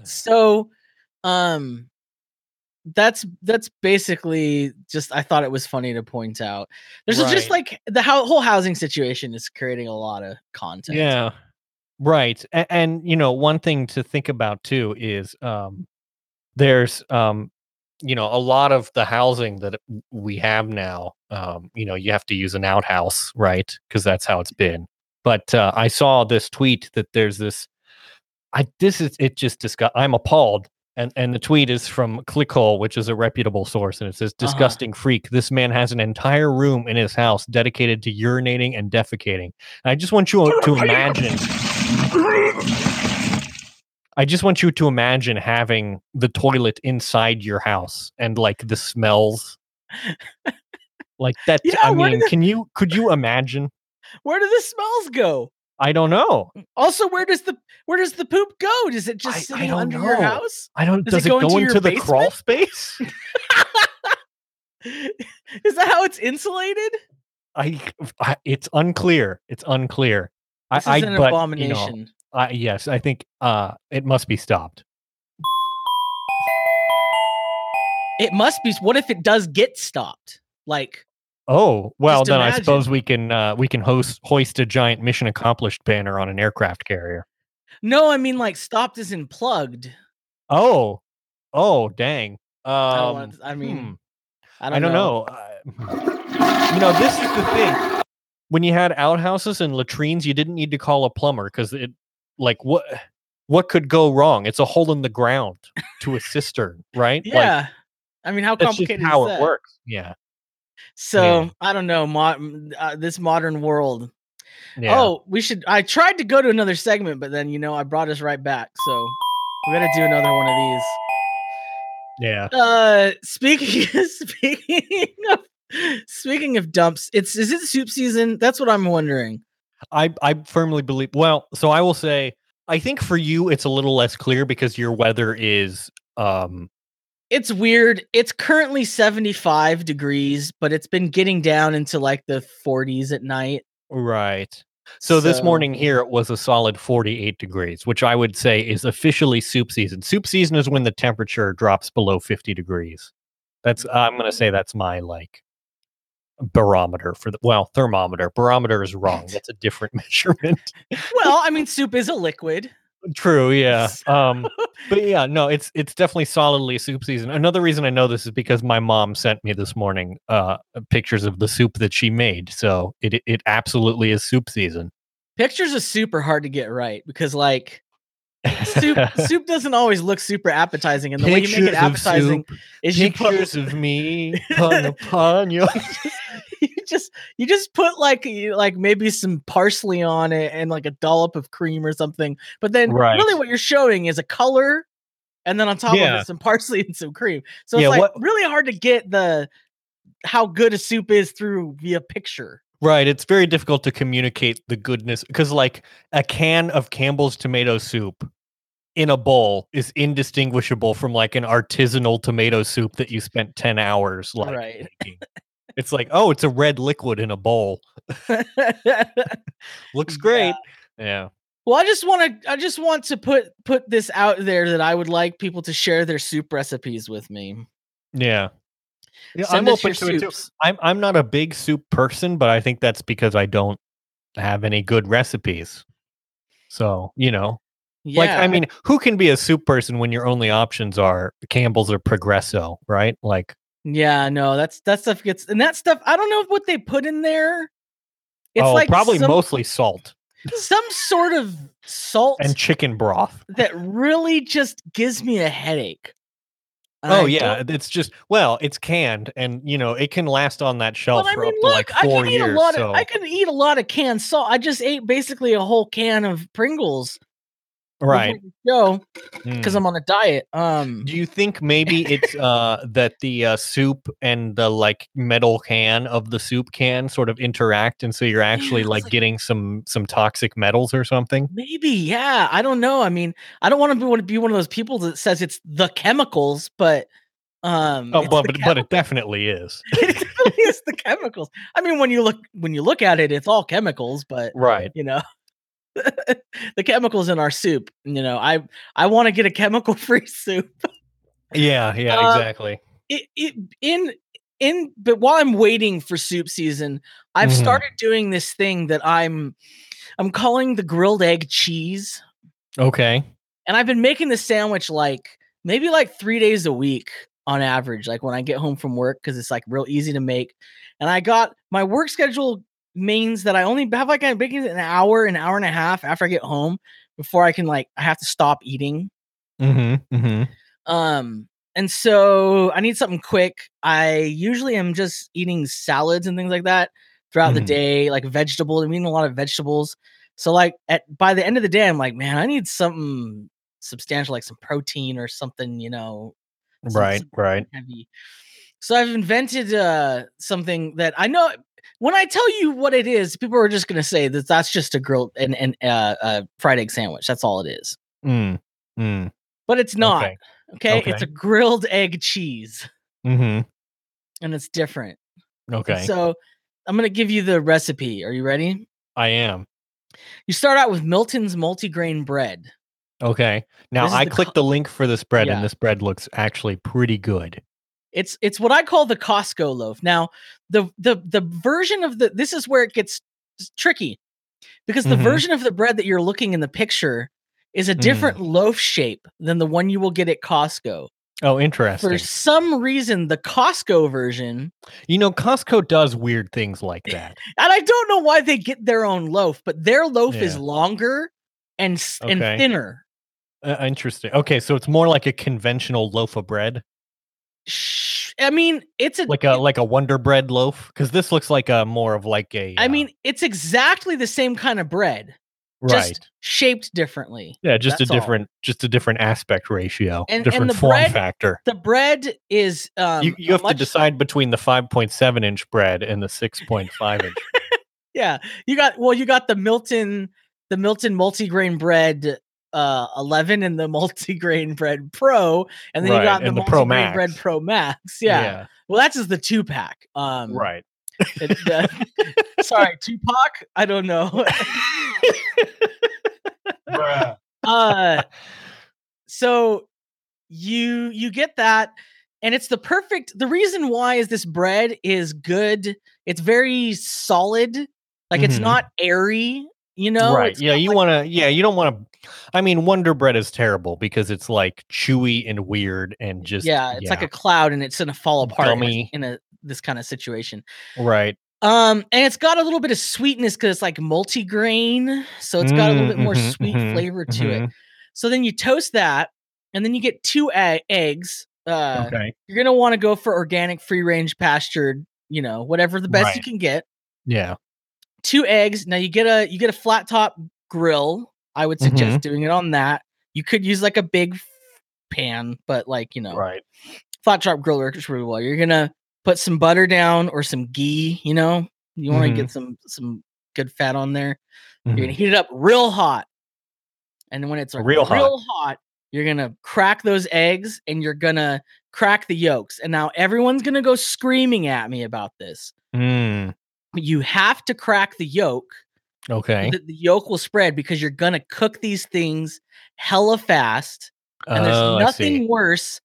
[SPEAKER 1] so um that's that's basically just i thought it was funny to point out there's just
[SPEAKER 2] Right.
[SPEAKER 1] like the how, whole housing situation is creating a lot of content
[SPEAKER 2] Yeah. Right. And, and you know, one thing to think about too is um there's um you know, a lot of the housing that w- we have now, um, you know, you have to use an outhouse, right? Because that's how it's been. But uh, I saw this tweet that there's this I this is it just disgust I'm appalled. And and the tweet is from Clickhole, which is a reputable source, and it says,
[SPEAKER 1] Uh-huh.
[SPEAKER 2] Disgusting freak. This man has an entire room in his house dedicated to urinating and defecating. And I just want you to imagine. I just want you to imagine having the toilet inside your house and like the smells. like that.
[SPEAKER 1] Yeah,
[SPEAKER 2] I
[SPEAKER 1] where
[SPEAKER 2] mean,
[SPEAKER 1] did-
[SPEAKER 2] can you could you imagine?
[SPEAKER 1] where do the smells go
[SPEAKER 2] I don't know.
[SPEAKER 1] also where does the where does the poop go does it just
[SPEAKER 2] I- I
[SPEAKER 1] sit
[SPEAKER 2] don't
[SPEAKER 1] under your
[SPEAKER 2] know.
[SPEAKER 1] house
[SPEAKER 2] I don't.
[SPEAKER 1] Does
[SPEAKER 2] Does,
[SPEAKER 1] it
[SPEAKER 2] it,
[SPEAKER 1] go into
[SPEAKER 2] go, into,
[SPEAKER 1] your
[SPEAKER 2] the
[SPEAKER 1] basement?
[SPEAKER 2] crawl space?
[SPEAKER 1] is that how it's insulated
[SPEAKER 2] I, I. It's unclear. It's unclear.
[SPEAKER 1] this
[SPEAKER 2] I,
[SPEAKER 1] is
[SPEAKER 2] I,
[SPEAKER 1] an
[SPEAKER 2] but, you know,
[SPEAKER 1] abomination
[SPEAKER 2] I, yes, I think uh, it must be stopped.
[SPEAKER 1] it must be what if it does get stopped like
[SPEAKER 2] Oh well,
[SPEAKER 1] Just
[SPEAKER 2] then I
[SPEAKER 1] imagine.
[SPEAKER 2] suppose we can uh, we can host hoist a giant mission accomplished banner on an aircraft carrier.
[SPEAKER 1] no i mean like stopped is in plugged
[SPEAKER 2] Oh, oh, dang. Um,
[SPEAKER 1] I don't want to, I mean,
[SPEAKER 2] hmm,
[SPEAKER 1] I don't,
[SPEAKER 2] I don't know. Uh, you know, this is the thing. When you had outhouses and latrines, you didn't need to call a plumber because it, like, what what could go wrong? It's a hole in the ground to a cistern, right?
[SPEAKER 1] Yeah. I mean, how
[SPEAKER 2] like, that's just
[SPEAKER 1] complicated
[SPEAKER 2] how
[SPEAKER 1] is that?
[SPEAKER 2] it works. Yeah.
[SPEAKER 1] So I don't know. Mo- uh, this modern world.
[SPEAKER 2] Yeah.
[SPEAKER 1] Oh, we should. I tried to go to another segment, but then you know I brought us right back. So we got to do another one of these.
[SPEAKER 2] Yeah.
[SPEAKER 1] Uh, speaking speaking of speaking of dumps, it's is it soup season? That's what I'm wondering.
[SPEAKER 2] I I firmly believe. Well, so I will say, I think for you it's a little less clear because your weather is um
[SPEAKER 1] It's weird. It's currently 75 degrees, but it's been getting down into like the 40s at night.
[SPEAKER 2] right. So, this
[SPEAKER 1] So-
[SPEAKER 2] morning here it was a solid 48 degrees, which I would say is officially soup season. Soup season is when the temperature drops below 50 degrees. That's I'm going to say that's my like barometer for the well thermometer. Barometer is wrong. That's a different measurement.
[SPEAKER 1] Well, I mean, soup is a liquid.
[SPEAKER 2] True, yeah. Um but yeah, no, it's it's definitely solidly soup season. Another reason I know this is because my mom sent me this morning uh pictures of the soup that she made. So it it absolutely is soup season.
[SPEAKER 1] pictures of soup are hard to get right because like soup soup doesn't always look super appetizing and the way you make it
[SPEAKER 2] Pictures of
[SPEAKER 1] appetizing
[SPEAKER 2] soup,
[SPEAKER 1] is you put,
[SPEAKER 2] pictures of me hung upon your
[SPEAKER 1] you just you just put like you, like maybe some parsley on it and like a dollop of cream or something but then
[SPEAKER 2] Right.
[SPEAKER 1] really what you're showing is a color and then on top of
[SPEAKER 2] Yeah.
[SPEAKER 1] it some parsley and some cream so it's
[SPEAKER 2] Yeah,
[SPEAKER 1] like
[SPEAKER 2] what-
[SPEAKER 1] really hard to get the how good a soup is through via picture
[SPEAKER 2] Right. It's very difficult to communicate the goodness because, like, a can of Campbell's tomato soup in a bowl is indistinguishable from like an artisanal tomato soup that you spent 10 hours like
[SPEAKER 1] Right.
[SPEAKER 2] making. it's like, oh, it's a red liquid in a bowl. Looks
[SPEAKER 1] Yeah.
[SPEAKER 2] great. Yeah.
[SPEAKER 1] Well, I just want to I just want to put put this out there that I would like people to share their soup recipes with me.
[SPEAKER 2] Yeah. Yeah,
[SPEAKER 1] Send
[SPEAKER 2] I'm
[SPEAKER 1] us
[SPEAKER 2] open
[SPEAKER 1] your
[SPEAKER 2] to it too.
[SPEAKER 1] soups.
[SPEAKER 2] I'm I'm not a big soup person, but I think that's because I don't have any good recipes. So, you know,
[SPEAKER 1] Yeah.
[SPEAKER 2] Like, I mean, who can be a soup person when your only options are Campbell's or Progresso, right? Like,
[SPEAKER 1] yeah, no, that's that stuff gets and that stuff I don't know what they put in there. It's
[SPEAKER 2] oh,
[SPEAKER 1] like
[SPEAKER 2] probably
[SPEAKER 1] some,
[SPEAKER 2] mostly salt
[SPEAKER 1] some sort of salt
[SPEAKER 2] and chicken broth.
[SPEAKER 1] that really just gives me a headache.
[SPEAKER 2] oh
[SPEAKER 1] I
[SPEAKER 2] yeah,
[SPEAKER 1] don't-
[SPEAKER 2] it's just well, it's canned, and you know it can last on that shelf
[SPEAKER 1] But I
[SPEAKER 2] for
[SPEAKER 1] mean,
[SPEAKER 2] up to
[SPEAKER 1] look,
[SPEAKER 2] like
[SPEAKER 1] I
[SPEAKER 2] four
[SPEAKER 1] can eat
[SPEAKER 2] years.
[SPEAKER 1] a lot.
[SPEAKER 2] so
[SPEAKER 1] Of, I can eat a lot of canned salt. I just ate basically a whole can of Pringles.
[SPEAKER 2] right,
[SPEAKER 1] Yo, because
[SPEAKER 2] mm.
[SPEAKER 1] I'm on a diet. Um,
[SPEAKER 2] Do you think maybe it's uh that the uh, soup and the like metal can of the soup can sort of interact, and so you're actually
[SPEAKER 1] it's
[SPEAKER 2] like,
[SPEAKER 1] like- Mm,
[SPEAKER 2] getting some some toxic metals or something?
[SPEAKER 1] maybe, yeah. I don't know. I mean, I don't want to be want to be one of those people that says it's the chemicals, but um,
[SPEAKER 2] Oh,
[SPEAKER 1] it's
[SPEAKER 2] but
[SPEAKER 1] the
[SPEAKER 2] but, but it definitely is.
[SPEAKER 1] it really is the chemicals. I mean, when you look when you look at it, it's all chemicals, but
[SPEAKER 2] Right.
[SPEAKER 1] you know, the chemicals in our soup. You know, I I want to get a chemical free soup.
[SPEAKER 2] Yeah. Yeah.
[SPEAKER 1] Um,
[SPEAKER 2] exactly.
[SPEAKER 1] It, it in in but while I'm waiting for soup season, I've
[SPEAKER 2] Mhm.
[SPEAKER 1] started doing this thing that I'm I'm calling the grilled egg cheese,
[SPEAKER 2] Okay.
[SPEAKER 1] and I've been making the sandwich like maybe like three days a week on average like when i get home from work because it's like real easy to make and i got my work schedule means that i only have like i'm baking an hour an hour and a half after i get home before i can like i have to stop eating
[SPEAKER 2] Mm-hmm. Mm-hmm.
[SPEAKER 1] um and so i need something quick i usually am just eating salads and things like that throughout the
[SPEAKER 2] Mhm.
[SPEAKER 1] day like vegetables i'm eating a lot of vegetables so like at by the end of the day i'm like man i need something substantial like some protein or something you know some-
[SPEAKER 2] Right.
[SPEAKER 1] some
[SPEAKER 2] Right.
[SPEAKER 1] heavy. So I've invented uh, something that I know. When I tell you what it is, people are just going to say that that's just a grilled and and uh, uh, fried egg sandwich. That's all it is.
[SPEAKER 2] Mm. Mm.
[SPEAKER 1] But it's not.
[SPEAKER 2] Okay.
[SPEAKER 1] Okay, it's
[SPEAKER 2] Okay.
[SPEAKER 1] a grilled egg cheese,
[SPEAKER 2] Mm-hmm.
[SPEAKER 1] and it's different. And
[SPEAKER 2] Okay.
[SPEAKER 1] So I'm going to give you the recipe. Are you ready?
[SPEAKER 2] I am.
[SPEAKER 1] You start out with Milton's multigrain bread.
[SPEAKER 2] Okay. Now
[SPEAKER 1] This is
[SPEAKER 2] I
[SPEAKER 1] the co-
[SPEAKER 2] clicked the link for this bread,
[SPEAKER 1] Yeah.
[SPEAKER 2] and this bread looks actually pretty good.
[SPEAKER 1] It's it's what I call the Costco loaf. Now, the the the version of the this is where it gets s- tricky because the
[SPEAKER 2] Mhm.
[SPEAKER 1] version of the bread that you're looking in the picture is
[SPEAKER 2] Mm.
[SPEAKER 1] a different loaf shape than the one you will get at Costco.
[SPEAKER 2] Oh, interesting.
[SPEAKER 1] For some reason, the Costco version,
[SPEAKER 2] You know, Costco does weird things like that.
[SPEAKER 1] and I don't know why they get their own loaf, but their loaf is
[SPEAKER 2] Yeah.
[SPEAKER 1] longer and s and
[SPEAKER 2] Okay.
[SPEAKER 1] thinner.
[SPEAKER 2] Uh, interesting. Okay, so it's more like a conventional loaf of bread,
[SPEAKER 1] Sh- I mean, it's a
[SPEAKER 2] like a like a Wonder Bread loaf, because this looks like a more of like a.
[SPEAKER 1] I
[SPEAKER 2] uh,
[SPEAKER 1] mean, it's exactly the same kind of bread,
[SPEAKER 2] right?
[SPEAKER 1] just shaped differently.
[SPEAKER 2] yeah, just a
[SPEAKER 1] that's all.
[SPEAKER 2] different, just a different aspect ratio,
[SPEAKER 1] And- and
[SPEAKER 2] different
[SPEAKER 1] the
[SPEAKER 2] form
[SPEAKER 1] bread-
[SPEAKER 2] factor.
[SPEAKER 1] the bread is um
[SPEAKER 2] you you
[SPEAKER 1] a
[SPEAKER 2] have to
[SPEAKER 1] much-
[SPEAKER 2] decide between the five point seven inch bread and the six point five inch.
[SPEAKER 1] yeah you got well you got the milton the milton multigrain bread uh 11 and the multigrain bread pro and then
[SPEAKER 2] Right,
[SPEAKER 1] you got the,
[SPEAKER 2] and the
[SPEAKER 1] multigrain
[SPEAKER 2] Pro
[SPEAKER 1] bread
[SPEAKER 2] Max.
[SPEAKER 1] pro max yeah. well that's just the two pack um
[SPEAKER 2] right.
[SPEAKER 1] it- the- sorry tupac i don't know
[SPEAKER 3] Bruh.
[SPEAKER 1] uh so you you get that and it's the perfect the reason why is this bread is good it's very solid like it's
[SPEAKER 2] Mhm.
[SPEAKER 1] not airy you know
[SPEAKER 2] right.
[SPEAKER 1] It's
[SPEAKER 2] Yeah,
[SPEAKER 1] not
[SPEAKER 2] you
[SPEAKER 1] like-
[SPEAKER 2] want to. Yeah, you don't want to. I mean, Wonder Bread is terrible because it's like chewy and weird and just
[SPEAKER 1] yeah it's like a cloud and it's gonna fall apart in a-
[SPEAKER 2] Gummy.
[SPEAKER 1] in a this kind of situation
[SPEAKER 2] right.
[SPEAKER 1] um and it's got a little bit of sweetness because it's like multigrain so it's got a little
[SPEAKER 2] Mm,
[SPEAKER 1] bit more
[SPEAKER 2] mhm,
[SPEAKER 1] sweet
[SPEAKER 2] mhm,
[SPEAKER 1] flavor to
[SPEAKER 2] mhm.
[SPEAKER 1] it so then you toast that and then you get two e- eggs uh
[SPEAKER 2] okay.
[SPEAKER 1] you're gonna want to go for organic, free range, pastured, you know, whatever the best you
[SPEAKER 2] Right.
[SPEAKER 1] can get.
[SPEAKER 2] Yeah.
[SPEAKER 1] Two eggs. Now you get a you get a flat top grill. I would suggest
[SPEAKER 2] Mm-hmm.
[SPEAKER 1] doing it on that. You could use like a big pan, but like you know,
[SPEAKER 2] Right.
[SPEAKER 1] flat top grill works really well. You're gonna put some butter down or some ghee. You know, you want to
[SPEAKER 2] Mhm.
[SPEAKER 1] get some some good fat on there. You're
[SPEAKER 2] Mhm.
[SPEAKER 1] gonna heat it up real hot, and then when it's like,
[SPEAKER 2] Real hot.
[SPEAKER 1] hot, you're gonna crack those eggs and you're gonna crack the yolks. And now everyone's gonna go screaming at me about this.
[SPEAKER 2] Mm,
[SPEAKER 1] But You have to crack the yolk.
[SPEAKER 2] okay.
[SPEAKER 1] The, the yolk will spread because you're gonna cook these things hella fast. And there's
[SPEAKER 2] Oh, I see.
[SPEAKER 1] nothing worse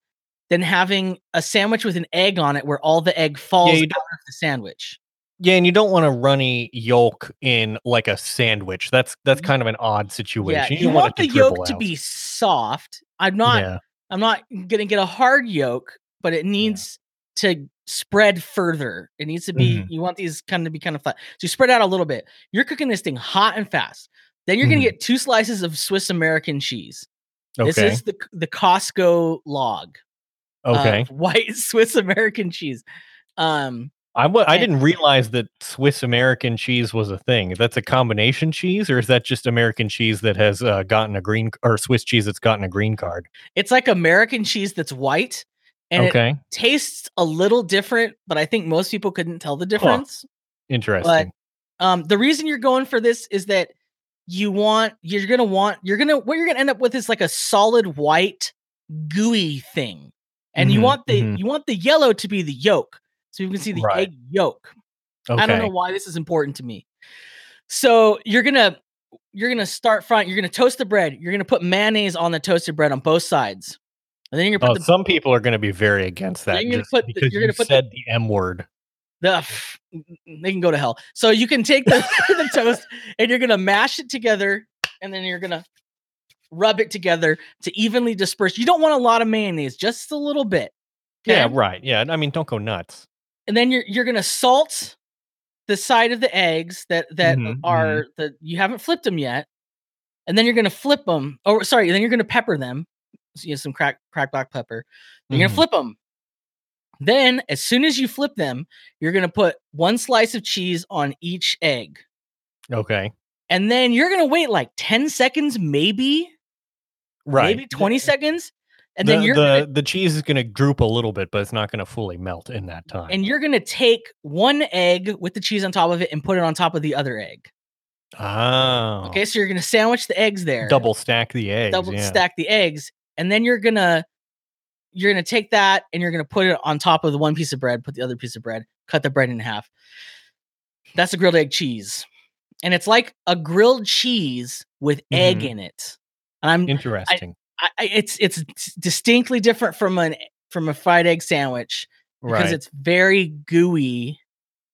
[SPEAKER 1] than having a sandwich with an egg on it where all the egg falls
[SPEAKER 2] you
[SPEAKER 1] out
[SPEAKER 2] don't-
[SPEAKER 1] of the sandwich.
[SPEAKER 2] Yeah, and you don't want a runny yolk in like a sandwich. That's that's
[SPEAKER 1] Ye-
[SPEAKER 2] kind of an odd situation.
[SPEAKER 1] Mm-hmm. Yeah, you,
[SPEAKER 2] don't
[SPEAKER 1] want
[SPEAKER 2] it
[SPEAKER 1] the yolk
[SPEAKER 2] dribble
[SPEAKER 1] to
[SPEAKER 2] out.
[SPEAKER 1] be soft. I'm not
[SPEAKER 2] Yeah.
[SPEAKER 1] I'm not gonna get a hard yolk, but it needs to spread further. It needs to be
[SPEAKER 2] Mhm.
[SPEAKER 1] you want these kind of be kind of flat. So you spread out a little bit. You're cooking this thing hot and fast. Then you're
[SPEAKER 2] Mhm.
[SPEAKER 1] gonna get two slices of Swiss American cheese. This
[SPEAKER 2] Okay.
[SPEAKER 1] is the the Costco log.
[SPEAKER 2] Okay.
[SPEAKER 1] uh, white Swiss American cheese. Um,
[SPEAKER 2] I w- I
[SPEAKER 1] and-
[SPEAKER 2] didn't realize that Swiss American cheese was a thing. That's a combination cheese, or is that just American cheese that has uh, gotten a green or Swiss cheese that's gotten a green card?
[SPEAKER 1] it's like American cheese that's white, and it
[SPEAKER 2] okay,
[SPEAKER 1] tastes a little different, but I think most people couldn't tell the difference.
[SPEAKER 2] interesting.
[SPEAKER 1] Um, the reason you're going for this is that you want you're gonna want you're gonna what you're gonna end up with is like a solid white gooey thing, and you
[SPEAKER 2] Mhm,
[SPEAKER 1] want the
[SPEAKER 2] mhm.
[SPEAKER 1] you want the yellow to be the yolk, so you can see the
[SPEAKER 2] Right.
[SPEAKER 1] egg yolk.
[SPEAKER 2] okay,
[SPEAKER 1] I don't know why this is important to me. So you're gonna you're gonna start front. You're gonna toast the bread. You're gonna put mayonnaise on the toasted bread on both sides, and then you're gonna
[SPEAKER 2] Oh,
[SPEAKER 1] put the,
[SPEAKER 2] some people are going to be very against that.
[SPEAKER 1] Then you're gonna
[SPEAKER 2] just
[SPEAKER 1] put the-
[SPEAKER 2] because
[SPEAKER 1] you're gonna
[SPEAKER 2] you
[SPEAKER 1] put the-
[SPEAKER 2] said the, M word.
[SPEAKER 1] the f- they can go to hell. So you can take the, the toast and you're gonna mash it together, and then you're gonna rub it together to evenly disperse. You don't want a lot of mayonnaise, just a little bit.
[SPEAKER 2] Yeah,
[SPEAKER 1] okay?
[SPEAKER 2] right. Yeah, I mean, don't go nuts.
[SPEAKER 1] and then you're you're gonna salt the side of the eggs that that
[SPEAKER 2] Mhm, mhm.
[SPEAKER 1] are that you haven't flipped them yet, and then you're gonna flip them. Oh, sorry, then you're gonna pepper them. So you have some crack crack black pepper. Then You're
[SPEAKER 2] Mhm.
[SPEAKER 1] gonna flip them. Then, as soon as you flip them, you're gonna put one slice of cheese on each egg,
[SPEAKER 2] Okay,
[SPEAKER 1] and then you're gonna wait like ten seconds, maybe
[SPEAKER 2] right.
[SPEAKER 1] maybe twenty
[SPEAKER 2] The-
[SPEAKER 1] seconds, and then
[SPEAKER 2] the,
[SPEAKER 1] you're
[SPEAKER 2] the,
[SPEAKER 1] gonna
[SPEAKER 2] the cheese is going to droop a little bit, but it's not going to fully melt in that time.
[SPEAKER 1] and you're gonna take one egg with the cheese on top of it and put it on top of the other egg.
[SPEAKER 2] oh,
[SPEAKER 1] Okay, so you're gonna sandwich the eggs there,
[SPEAKER 2] double stack the eggs.
[SPEAKER 1] double
[SPEAKER 2] yeah.
[SPEAKER 1] stack the eggs, and then you're gonna you're gonna take that and you're gonna put it on top of the one piece of bread, put the other piece of bread, cut the bread in half. That's a grilled egg cheese, and it's like a grilled cheese with egg
[SPEAKER 2] Mhm.
[SPEAKER 1] in it. And I'm
[SPEAKER 2] Interesting.
[SPEAKER 1] I, I- it's it's distinctly different from an from a fried egg sandwich because
[SPEAKER 2] right.
[SPEAKER 1] it's very gooey.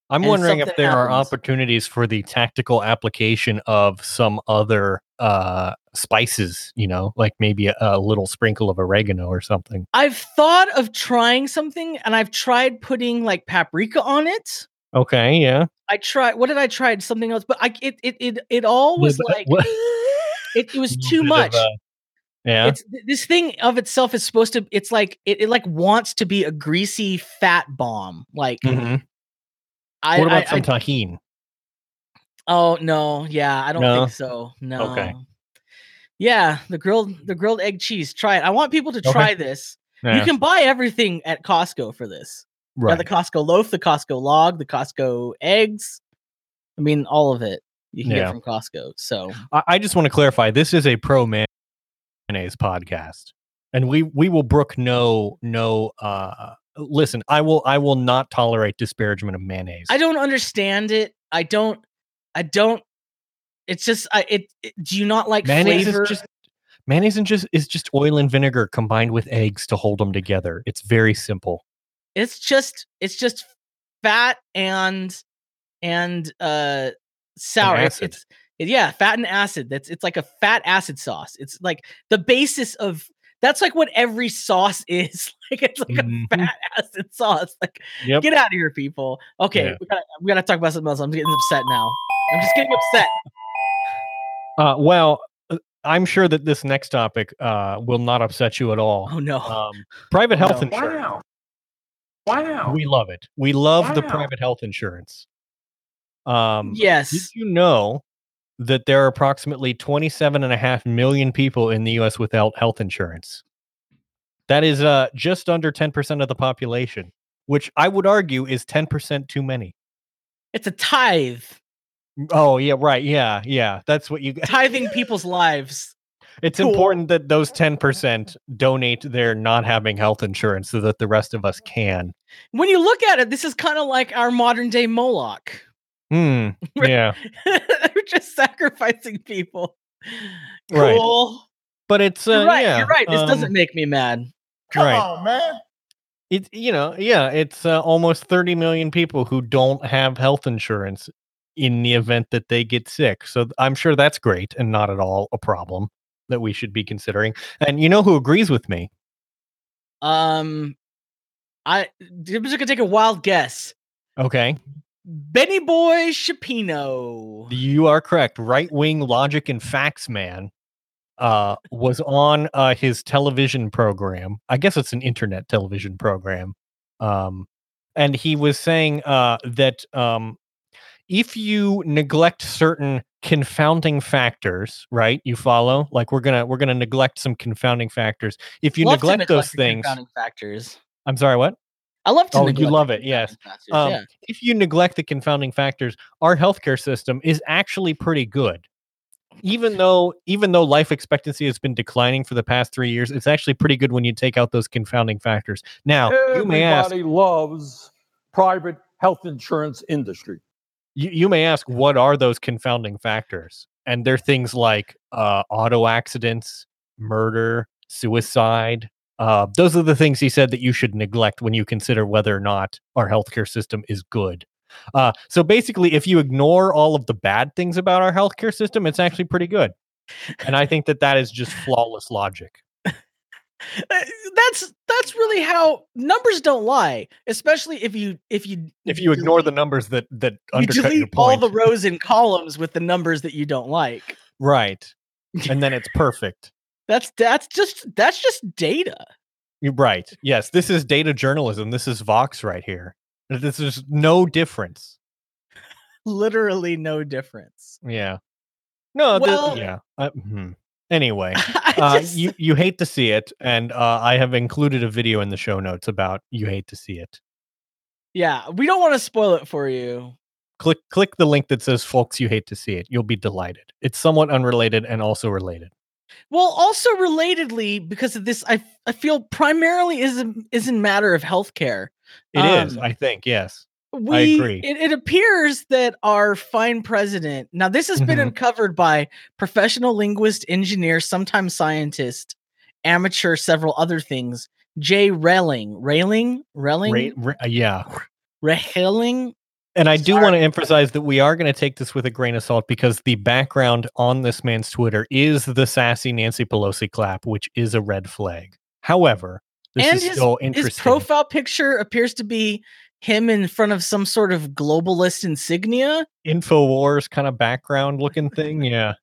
[SPEAKER 2] I'm
[SPEAKER 1] and
[SPEAKER 2] wondering if
[SPEAKER 1] something
[SPEAKER 2] there are
[SPEAKER 1] happens.
[SPEAKER 2] opportunities for the tactical application of some other uh, spices, you know, like maybe a, a little sprinkle of oregano or something.
[SPEAKER 1] I've thought of trying something, and I've tried putting like paprika on it.
[SPEAKER 2] Okay, yeah.
[SPEAKER 1] I tried. What did I try? Something else, but I it it it, it all was
[SPEAKER 2] Little
[SPEAKER 1] like
[SPEAKER 2] bit- what-
[SPEAKER 1] it, it was
[SPEAKER 2] little
[SPEAKER 1] too
[SPEAKER 2] bit of,
[SPEAKER 1] much.
[SPEAKER 2] uh, yeah.
[SPEAKER 1] It's th- this thing of itself is supposed to. It's like it, it like wants to be a greasy fat bomb. Like
[SPEAKER 2] Mhm.
[SPEAKER 1] I,
[SPEAKER 2] what about
[SPEAKER 1] I- I-
[SPEAKER 2] some tahine?
[SPEAKER 1] oh no, yeah, I don't
[SPEAKER 2] No?
[SPEAKER 1] think so. No.
[SPEAKER 2] Okay.
[SPEAKER 1] Yeah, the grilled the grilled egg cheese. Try it. I want people to
[SPEAKER 2] Okay.
[SPEAKER 1] try this. You
[SPEAKER 2] Yeah,
[SPEAKER 1] can buy everything at Costco for this. You got
[SPEAKER 2] right.
[SPEAKER 1] the Costco loaf, the Costco log, the Costco eggs. I mean, all of it you can
[SPEAKER 2] Yeah.
[SPEAKER 1] get from Costco. So
[SPEAKER 2] I, I just want to clarify this is a pro man- mayonnaise podcast and we we will brook no no uh listen i will i will not tolerate disparagement of mayonnaise
[SPEAKER 1] I don't understand it. I don't. I don't. It's just. I. It. it- do you not like
[SPEAKER 2] mayonnaise
[SPEAKER 1] flavor?
[SPEAKER 2] is just mayonnaise and just is just oil and vinegar combined with eggs to hold them together it's very simple
[SPEAKER 1] it's just. It's just fat and and uh sour. It's,
[SPEAKER 2] acid.
[SPEAKER 1] it's yeah, fat and acid. That's. It's like a fat acid sauce. It's like the basis of. That's like what every sauce is. Like it's like
[SPEAKER 2] Mhm.
[SPEAKER 1] a fat acid sauce. Like
[SPEAKER 2] yep
[SPEAKER 1] get out of here, people. Okay,
[SPEAKER 2] Yeah.
[SPEAKER 1] we gotta we gotta talk about something else. I'm getting upset now. I'm just getting upset.
[SPEAKER 2] uh well uh, i'm sure that this next topic uh will not upset you at all
[SPEAKER 1] Oh no.
[SPEAKER 2] um private health
[SPEAKER 1] no.
[SPEAKER 2] insurance
[SPEAKER 3] Wow. Wow.
[SPEAKER 2] we love it we love the
[SPEAKER 3] Wow.
[SPEAKER 2] private health insurance um
[SPEAKER 1] yes.
[SPEAKER 2] Did you know that there are approximately 27 and a half million people in the US without health insurance? That is uh, just under 10% of the population, which I would argue is 10% too many.
[SPEAKER 1] It's a tithe, Mm.
[SPEAKER 2] Oh, yeah, right. Yeah, yeah. That's what you
[SPEAKER 1] tithing people's lives.
[SPEAKER 2] It's
[SPEAKER 1] Cool.
[SPEAKER 2] important that those 10% donate their not having health insurance so that the rest of us can.
[SPEAKER 1] When you look at it, this is kind of like our modern day Moloch.
[SPEAKER 2] Hmm.
[SPEAKER 1] Right.
[SPEAKER 2] Yeah.
[SPEAKER 1] They're just sacrificing people.
[SPEAKER 2] Right.
[SPEAKER 1] Cool.
[SPEAKER 2] But it's uh,
[SPEAKER 1] you're right.
[SPEAKER 2] yeah,
[SPEAKER 1] you're right. This
[SPEAKER 2] um,
[SPEAKER 1] doesn't make me mad.
[SPEAKER 3] Come
[SPEAKER 2] right.
[SPEAKER 3] on, man.
[SPEAKER 2] It's you know, yeah, it's uh, almost 30 million people who don't have health insurance in the event that they get sick. So th- I'm sure that's great and not at all a problem that we should be considering. And you know who agrees with me?
[SPEAKER 1] Um, I I'm just gonna take a wild guess.
[SPEAKER 2] Okay.
[SPEAKER 1] Benny Boy Shapino.
[SPEAKER 2] You are correct. Right wing logic and facts man uh, was on uh, his television program. I guess it's an internet television program. Um, and he was saying uh, that um, if you neglect certain confounding factors, right? You follow? Like we're gonna we're gonna neglect some confounding factors. If you
[SPEAKER 1] Love to
[SPEAKER 2] neglect, those
[SPEAKER 1] the
[SPEAKER 2] things,
[SPEAKER 1] confounding factors.
[SPEAKER 2] I'm sorry, what?
[SPEAKER 1] I love to.
[SPEAKER 2] Oh, you
[SPEAKER 1] neglect the
[SPEAKER 2] love it,
[SPEAKER 1] confounding
[SPEAKER 2] yes.
[SPEAKER 1] factors,
[SPEAKER 2] Um,
[SPEAKER 1] yeah.
[SPEAKER 2] If you neglect the confounding factors, our healthcare system is actually pretty good. Even though even though life expectancy has been declining for the past 3 years, it's actually pretty good when you take out those confounding factors. Now, you may ask
[SPEAKER 4] Everybody loves private health insurance industry.
[SPEAKER 2] you, you may ask what are those confounding factors and they're things like uh, auto accidents murder suicide uh, those are the things he said that you should neglect when you consider whether or not our healthcare system is good uh, so basically if you ignore all of the bad things about our healthcare system it's actually pretty good and i think that that is just flawless logic
[SPEAKER 1] Uh, that's that's really how numbers don't lie, especially if you if you
[SPEAKER 2] if you ignore the
[SPEAKER 1] delete-
[SPEAKER 2] numbers that that
[SPEAKER 1] you
[SPEAKER 2] undercut your
[SPEAKER 1] delete
[SPEAKER 2] point
[SPEAKER 1] all the rows and columns with the numbers that you don't like.
[SPEAKER 2] right and then it's perfect
[SPEAKER 1] That's that's just that's just data.
[SPEAKER 2] You're right. Yes, this is data journalism. This is Vox right here. This is no difference.
[SPEAKER 1] Literally no difference.
[SPEAKER 2] Yeah. No. the-
[SPEAKER 1] Well-
[SPEAKER 2] yeah. uh, mhm. Anyway,
[SPEAKER 1] I
[SPEAKER 2] uh,
[SPEAKER 1] just-
[SPEAKER 2] you you hate to see it, and uh, I have included a video in the show notes about you hate to see it.
[SPEAKER 1] yeah, we don't want to spoil it for you.
[SPEAKER 2] Click click the link that says "Folks, you hate to see it." You'll be delighted. It's somewhat unrelated and also related.
[SPEAKER 1] Well, also relatedly, because of this, I I feel primarily is a- is a matter of healthcare.
[SPEAKER 2] It is,
[SPEAKER 1] Um,
[SPEAKER 2] I think. Yes.
[SPEAKER 1] we
[SPEAKER 2] agree.
[SPEAKER 1] It, it appears that our fine president now this has been
[SPEAKER 2] Mhm.
[SPEAKER 1] uncovered by professional linguist engineer sometimes scientist amateur several other things jay Relling, Relling,
[SPEAKER 2] Ra-
[SPEAKER 1] Relling,
[SPEAKER 2] ra- yeah.
[SPEAKER 1] Relling.
[SPEAKER 2] And I do
[SPEAKER 1] Sorry.
[SPEAKER 2] want to emphasize that we are going to take this with a grain of salt because the background on this man's Twitter is the sassy Nancy Pelosi clap, which is a red flag. However, this
[SPEAKER 1] And
[SPEAKER 2] is
[SPEAKER 1] his-
[SPEAKER 2] still interesting.
[SPEAKER 1] his profile picture appears to be him in front of some sort of globalist insignia
[SPEAKER 2] Infowars kind of background looking thing. Yeah.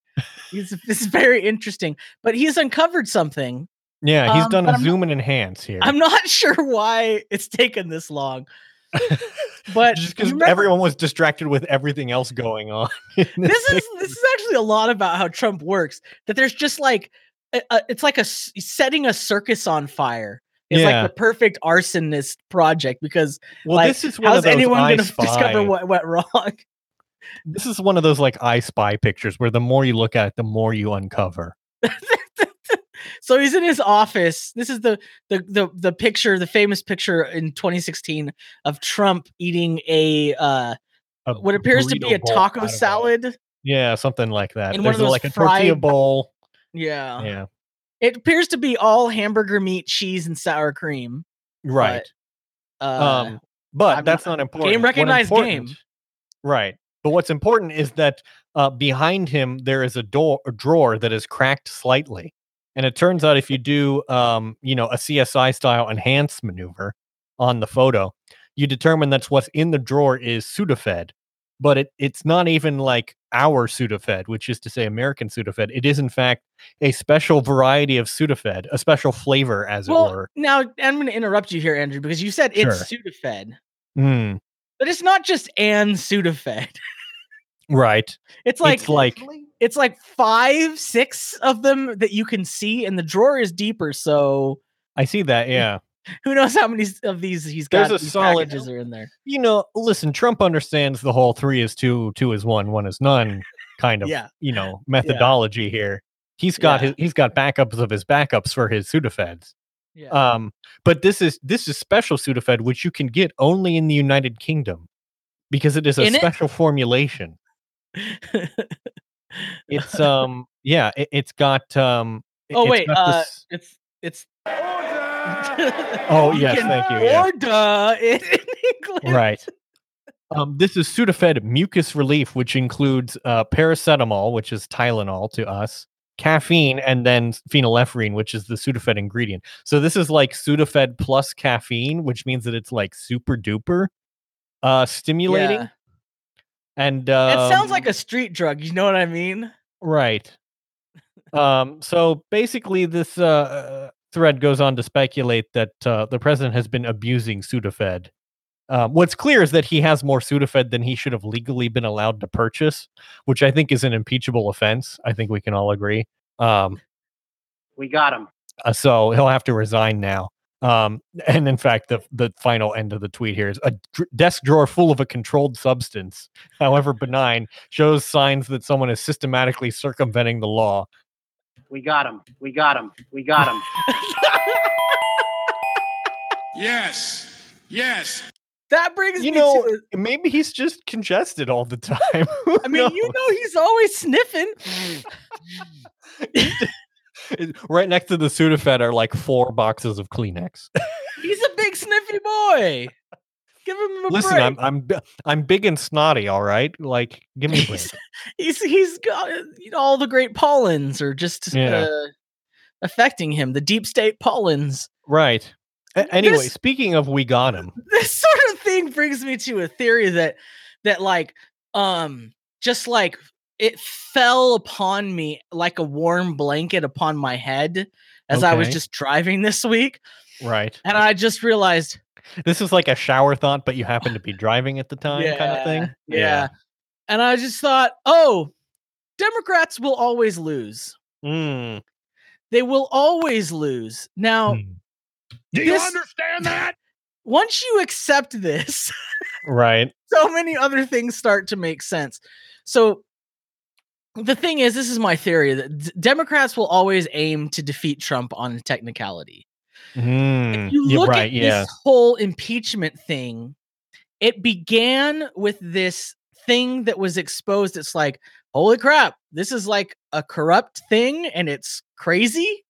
[SPEAKER 1] it's, it's very interesting but he's uncovered something
[SPEAKER 2] Yeah. He's
[SPEAKER 1] Um,
[SPEAKER 2] done
[SPEAKER 1] but
[SPEAKER 2] a
[SPEAKER 1] I'm not-
[SPEAKER 2] zoom and enhance here.
[SPEAKER 1] i'm not sure why it's taken this long but
[SPEAKER 2] Just
[SPEAKER 1] you
[SPEAKER 2] because
[SPEAKER 1] remember-
[SPEAKER 2] everyone was distracted with everything else going on. in
[SPEAKER 1] this
[SPEAKER 2] thing.
[SPEAKER 1] is this is actually a lot about how Trump works. That there's just like a, a- it's like a s- setting a circus on fire. It's
[SPEAKER 2] Yeah.
[SPEAKER 1] like the perfect arsonist project because
[SPEAKER 2] well,
[SPEAKER 1] like,
[SPEAKER 2] this is one of
[SPEAKER 1] how's
[SPEAKER 2] those
[SPEAKER 1] anyone
[SPEAKER 2] I
[SPEAKER 1] going to
[SPEAKER 2] spy-
[SPEAKER 1] discover what went wrong?
[SPEAKER 2] This is one of those like I spy pictures where the more you look at it, the more you uncover.
[SPEAKER 1] so he's in his office. This is the the the the picture, the famous picture in 2016 of Trump eating a uh,
[SPEAKER 2] A
[SPEAKER 1] what appears to be
[SPEAKER 2] burrito
[SPEAKER 1] a
[SPEAKER 2] bowl out
[SPEAKER 1] taco
[SPEAKER 2] of a-
[SPEAKER 1] salad.
[SPEAKER 2] Yeah, something like that.
[SPEAKER 1] In one
[SPEAKER 2] There's
[SPEAKER 1] of
[SPEAKER 2] a-
[SPEAKER 1] those
[SPEAKER 2] like a tortilla
[SPEAKER 1] fried- Uh-huh.
[SPEAKER 2] bowl.
[SPEAKER 1] Yeah.
[SPEAKER 2] Yeah,
[SPEAKER 1] it appears to be all hamburger meat, cheese, and sour cream.
[SPEAKER 2] right.
[SPEAKER 1] Uh,
[SPEAKER 2] um, but
[SPEAKER 1] I'm-
[SPEAKER 2] that's not important. What
[SPEAKER 1] recognized game.
[SPEAKER 2] important- Right. But what's important is that uh, behind him there is a door, a drawer that is cracked slightly, and it turns out if you do, um, you know, a CSI style enhance maneuver on the photo, you determine that's what's in the drawer is Sudafed, but it it's not even like our Sudafed, which is to say American Sudafed. It is in fact a special variety of Sudafed, a special flavor, as it
[SPEAKER 1] well,
[SPEAKER 2] were.
[SPEAKER 1] now I'm going to interrupt you here, Andrew, because you said it's Sudafed,
[SPEAKER 2] Mm,
[SPEAKER 1] but it's not just an Sudafed.
[SPEAKER 2] right.
[SPEAKER 1] It's like
[SPEAKER 2] it's like
[SPEAKER 1] it's like five, six of them that you can see, and the drawer is deeper. So
[SPEAKER 2] I see that. Yeah.
[SPEAKER 1] who knows how many s- of these he's got?
[SPEAKER 2] There's a
[SPEAKER 1] these
[SPEAKER 2] solid-
[SPEAKER 1] packages are in there.
[SPEAKER 2] you know, listen, Trump understands the whole three is two, two is one, one is none kind of,
[SPEAKER 1] Yeah.
[SPEAKER 2] you know, methodology here. He's got
[SPEAKER 1] Yeah.
[SPEAKER 2] his he's got backups of his backups for his Sudafeds.
[SPEAKER 1] Yeah.
[SPEAKER 2] Um, but this is this is special Sudafed, which you can get only in the United Kingdom because it is a
[SPEAKER 1] In it?
[SPEAKER 2] special formulation. It's um, yeah, it, it's got um. it-
[SPEAKER 1] Oh,
[SPEAKER 2] it's
[SPEAKER 1] wait,
[SPEAKER 2] got
[SPEAKER 1] uh,
[SPEAKER 2] this-
[SPEAKER 1] it's it's.
[SPEAKER 2] oh
[SPEAKER 1] you
[SPEAKER 2] yes,
[SPEAKER 1] can
[SPEAKER 2] thank you. yeah.
[SPEAKER 1] Order it in English.
[SPEAKER 2] right. Um, this is Sudafed mucus relief, which includes uh, paracetamol, which is Tylenol to us, caffeine, and then s- phenylephrine, which is the Sudafed ingredient. So this is like Sudafed plus caffeine, which means that it's like super duper uh, stimulating.
[SPEAKER 1] Yeah.
[SPEAKER 2] And
[SPEAKER 1] It sounds like
[SPEAKER 2] um,
[SPEAKER 1] a street drug. You know what I mean?
[SPEAKER 2] right. Um, so basically, this uh, thread goes on to speculate that uh, the president has been abusing Sudafed. Um, what's clear is that he has more Sudafed than he should have legally been allowed to purchase, which I think is an impeachable offense. I think we can all agree. Um,
[SPEAKER 5] We got him.
[SPEAKER 2] uh, so he'll have to resign now. Um, and in fact, the the final end of the tweet here is a dr- desk drawer full of a controlled substance, however benign, shows signs that someone is systematically circumventing the law.
[SPEAKER 5] We got him. We got him. We got him.
[SPEAKER 3] Yes. Yes.
[SPEAKER 1] That brings
[SPEAKER 2] You
[SPEAKER 1] me
[SPEAKER 2] know,
[SPEAKER 1] to.
[SPEAKER 2] maybe he's just congested all the time. Who
[SPEAKER 1] I mean, you know, he's always sniffing.
[SPEAKER 2] knows? right next to the Sudafed are like four boxes of Kleenex.
[SPEAKER 1] He's a big sniffy boy. Give him a
[SPEAKER 2] Listen,
[SPEAKER 1] break.
[SPEAKER 2] I'm I'm bi- I'm big and snotty. All right, like give me a break.
[SPEAKER 1] He's- he's he's got uh, you know, all the great pollens are just
[SPEAKER 2] Yeah.
[SPEAKER 1] uh, affecting him. The deep state pollens.
[SPEAKER 2] right. A- anyway,
[SPEAKER 1] This-
[SPEAKER 2] speaking of, we got him.
[SPEAKER 1] This sort of thing brings me to a theory that that like um just like it fell upon me like a warm blanket upon my head as I was
[SPEAKER 2] Okay.
[SPEAKER 1] just driving this week,
[SPEAKER 2] Right.
[SPEAKER 1] and I just realized,
[SPEAKER 2] This is like a shower thought, but you happen to be driving at the time, kind of thing.
[SPEAKER 1] yeah, yeah, and I just thought, oh, Democrats will always lose.
[SPEAKER 2] Yeah. Mm.
[SPEAKER 1] They will always lose. Now,
[SPEAKER 2] Mm.
[SPEAKER 3] Do
[SPEAKER 1] This-
[SPEAKER 3] you understand that?
[SPEAKER 1] once you accept this,
[SPEAKER 2] Right.
[SPEAKER 1] so many other things start to make sense. So the thing is, this is my theory that d- Democrats will always aim to defeat Trump on a technicality.
[SPEAKER 2] Mm.
[SPEAKER 1] You
[SPEAKER 2] Yeah,
[SPEAKER 1] look
[SPEAKER 2] right.
[SPEAKER 1] at
[SPEAKER 2] yeah.
[SPEAKER 1] this whole impeachment thing, it began with this thing that was exposed. It's like, holy crap, this is like a corrupt thing and it's crazy.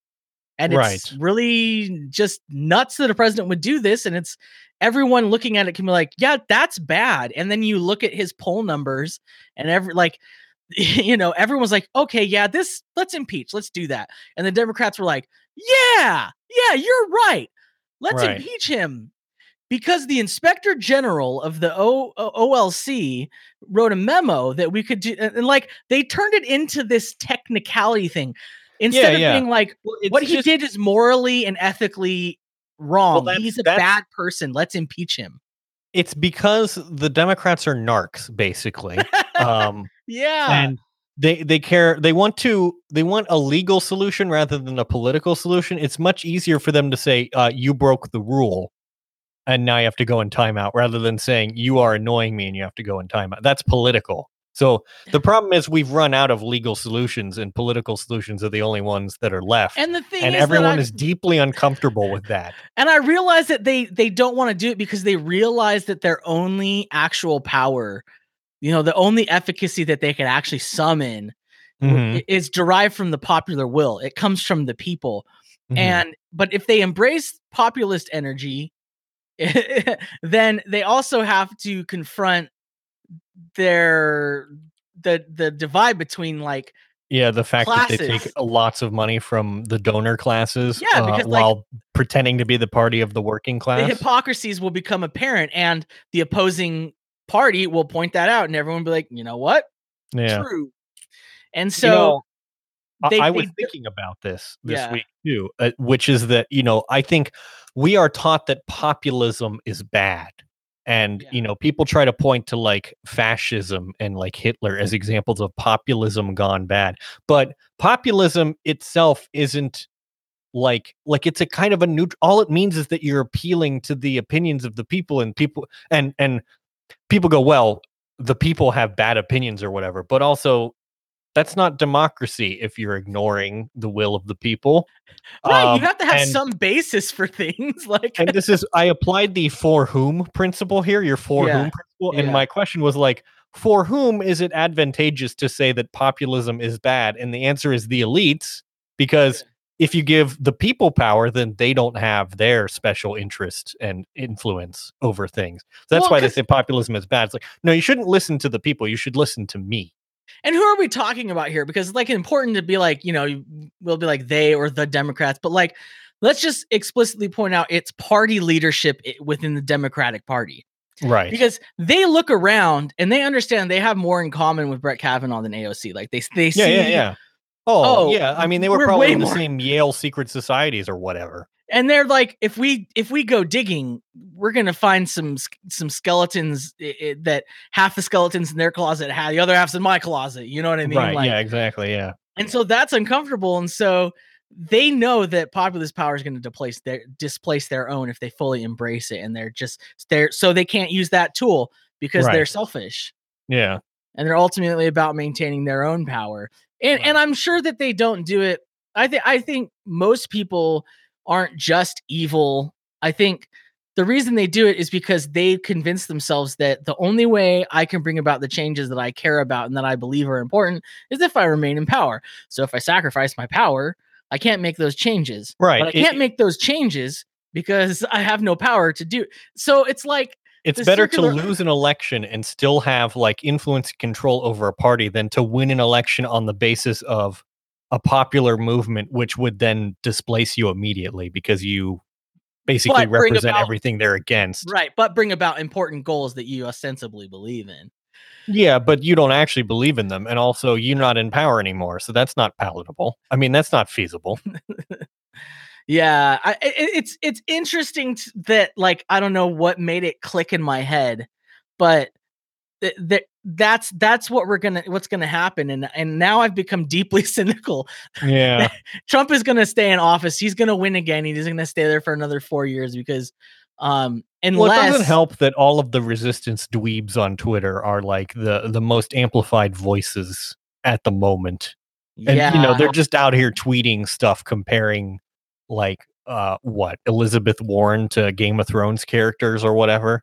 [SPEAKER 1] And it's
[SPEAKER 2] Right.
[SPEAKER 1] really just nuts that a president would do this. And it's everyone looking at it can be like, yeah, that's bad. And then you look at his poll numbers and every like, you know, everyone's like, okay, yeah, this let's impeach, let's do that. And the Democrats were like, yeah, yeah, you're right. Let's
[SPEAKER 2] Right.
[SPEAKER 1] impeach him because the inspector general of the o- O- OLC wrote a memo that we could do, and, and, like they turned it into this technicality thing instead of
[SPEAKER 2] yeah.
[SPEAKER 1] being like what he did is morally and ethically wrong.
[SPEAKER 2] that's-
[SPEAKER 1] He's a
[SPEAKER 2] that's-
[SPEAKER 1] bad person. Let's impeach him.
[SPEAKER 2] It's because the Democrats are narcs, basically. um,
[SPEAKER 1] Yeah,
[SPEAKER 2] and they they care. They want to. They want a legal solution rather than a political solution. It's much easier for them to say, uh, "You broke the rule." And now you have to go in timeout rather than saying you are annoying me and you have to go in timeout. That's political. So The problem is we've run out of legal solutions, and political solutions are the only ones that are left. And,
[SPEAKER 1] and the thing is that I-
[SPEAKER 2] everyone is deeply uncomfortable with that.
[SPEAKER 1] And I realize that they they don't want to do it because they realize that their only actual power, you know, the only efficacy that they can actually summon w-
[SPEAKER 2] Mm-hmm,
[SPEAKER 1] i- is derived from the popular will. It comes from the people.
[SPEAKER 2] mm-hmm.
[SPEAKER 1] And but if they embrace populist energy, then they also have to confront their the the divide between like
[SPEAKER 2] yeah, the fact that they
[SPEAKER 1] classes.
[SPEAKER 2] take lots of money from the donor classes
[SPEAKER 1] Yeah,
[SPEAKER 2] uh,
[SPEAKER 1] because, like,
[SPEAKER 2] while pretending to be the party of the working
[SPEAKER 1] the
[SPEAKER 2] class.
[SPEAKER 1] hypocrisies will become apparent and the opposing party will point that out and everyone will be like, you know what?
[SPEAKER 2] yeah.
[SPEAKER 1] True. And
[SPEAKER 2] You
[SPEAKER 1] so
[SPEAKER 2] know, I-
[SPEAKER 1] they-
[SPEAKER 2] I
[SPEAKER 1] they
[SPEAKER 2] was
[SPEAKER 1] do-
[SPEAKER 2] thinking about this this
[SPEAKER 1] Yeah.
[SPEAKER 2] week too, uh, which is that you know I think we are taught that populism is bad, and
[SPEAKER 1] Yeah.
[SPEAKER 2] you know people try to point to like fascism and like Hitler as examples of populism gone bad, but populism itself isn't like like it's a kind of a neutral all it means is that you're appealing to the opinions of the people and people and and people go well the people have bad opinions or whatever but also that's not democracy if you're ignoring the will of the people
[SPEAKER 1] right,
[SPEAKER 2] Um,
[SPEAKER 1] you have to have
[SPEAKER 2] and-
[SPEAKER 1] some basis for things. Like
[SPEAKER 2] and this is i applied the for whom principle here your for
[SPEAKER 1] Yeah,
[SPEAKER 2] whom principle and
[SPEAKER 1] yeah.
[SPEAKER 2] my question was like for whom is it advantageous to say that populism is bad and the answer is the elites because if you give the people power then they don't have their special interest and influence over things so that's
[SPEAKER 1] Well,
[SPEAKER 2] why they
[SPEAKER 1] 'cause-
[SPEAKER 2] say populism is bad it's like no you shouldn't listen to the people you should listen to me
[SPEAKER 1] and who are we talking about here? Because it's like important to be like, you know, you- we'll be like they or the Democrats, but like let's just explicitly point out it's party leadership i- within the Democratic Party.
[SPEAKER 2] right
[SPEAKER 1] Because they look around and they understand they have more in common with Brett Kavanaugh than AOC. Like they they
[SPEAKER 2] yeah
[SPEAKER 1] see
[SPEAKER 2] yeah yeah Oh,
[SPEAKER 1] Oh,
[SPEAKER 2] yeah. I mean, they were
[SPEAKER 1] we're
[SPEAKER 2] probably
[SPEAKER 1] way
[SPEAKER 2] in the
[SPEAKER 1] more.
[SPEAKER 2] same Yale secret societies or whatever.
[SPEAKER 1] and they're like if we if we go digging we're gonna find some s- some skeletons i- i- that half the skeletons in their closet have the other half's in my closet you know what i mean
[SPEAKER 2] right.
[SPEAKER 1] like
[SPEAKER 2] yeah. Exactly. Yeah.
[SPEAKER 1] and so that's uncomfortable and so they know that populist power is going to displace their displace their own if they fully embrace it and they're just they're so they can't use that tool because they're
[SPEAKER 2] Right.
[SPEAKER 1] selfish
[SPEAKER 2] Yeah.
[SPEAKER 1] and they're ultimately about maintaining their own power and and i'm sure that they don't do it i think i think most people aren't just evil i think the reason they do it is because they convince themselves that the only way I can bring about the changes that I care about and that I believe are important is if I remain in power. So if I sacrifice my power, I can't make those changes.
[SPEAKER 2] Right.
[SPEAKER 1] But I
[SPEAKER 2] It-
[SPEAKER 1] can't make those changes because I have no power to do. So it's like
[SPEAKER 2] it's
[SPEAKER 1] the
[SPEAKER 2] better
[SPEAKER 1] circular-
[SPEAKER 2] to lose an election and still have like influence and control over a party than to win an election on the basis of a popular movement, which would then displace you immediately because you basically
[SPEAKER 1] But bring
[SPEAKER 2] represent
[SPEAKER 1] about-
[SPEAKER 2] everything they're against.
[SPEAKER 1] right, but bring about important goals that you ostensibly believe in.
[SPEAKER 2] Yeah, but you don't actually believe in them. And also, you're not in power anymore. So that's not palatable. I mean, that's not feasible.
[SPEAKER 1] Yeah, I, i- i- it's it's interesting t- that like I don't know what made it click in my head, but th- th- that's that's what we're gonna what's gonna happen, and and now I've become deeply cynical.
[SPEAKER 2] Yeah.
[SPEAKER 1] Trump is gonna stay in office. He's gonna win again. He's gonna stay there for another four years because, um,
[SPEAKER 2] Well, it
[SPEAKER 1] unless
[SPEAKER 2] doesn't help that all of the resistance dweebs on Twitter are like the the most amplified voices at the moment, and
[SPEAKER 1] yeah,
[SPEAKER 2] you know they're just out here tweeting stuff, comparing like uh what Elizabeth Warren to Game of Thrones characters or whatever,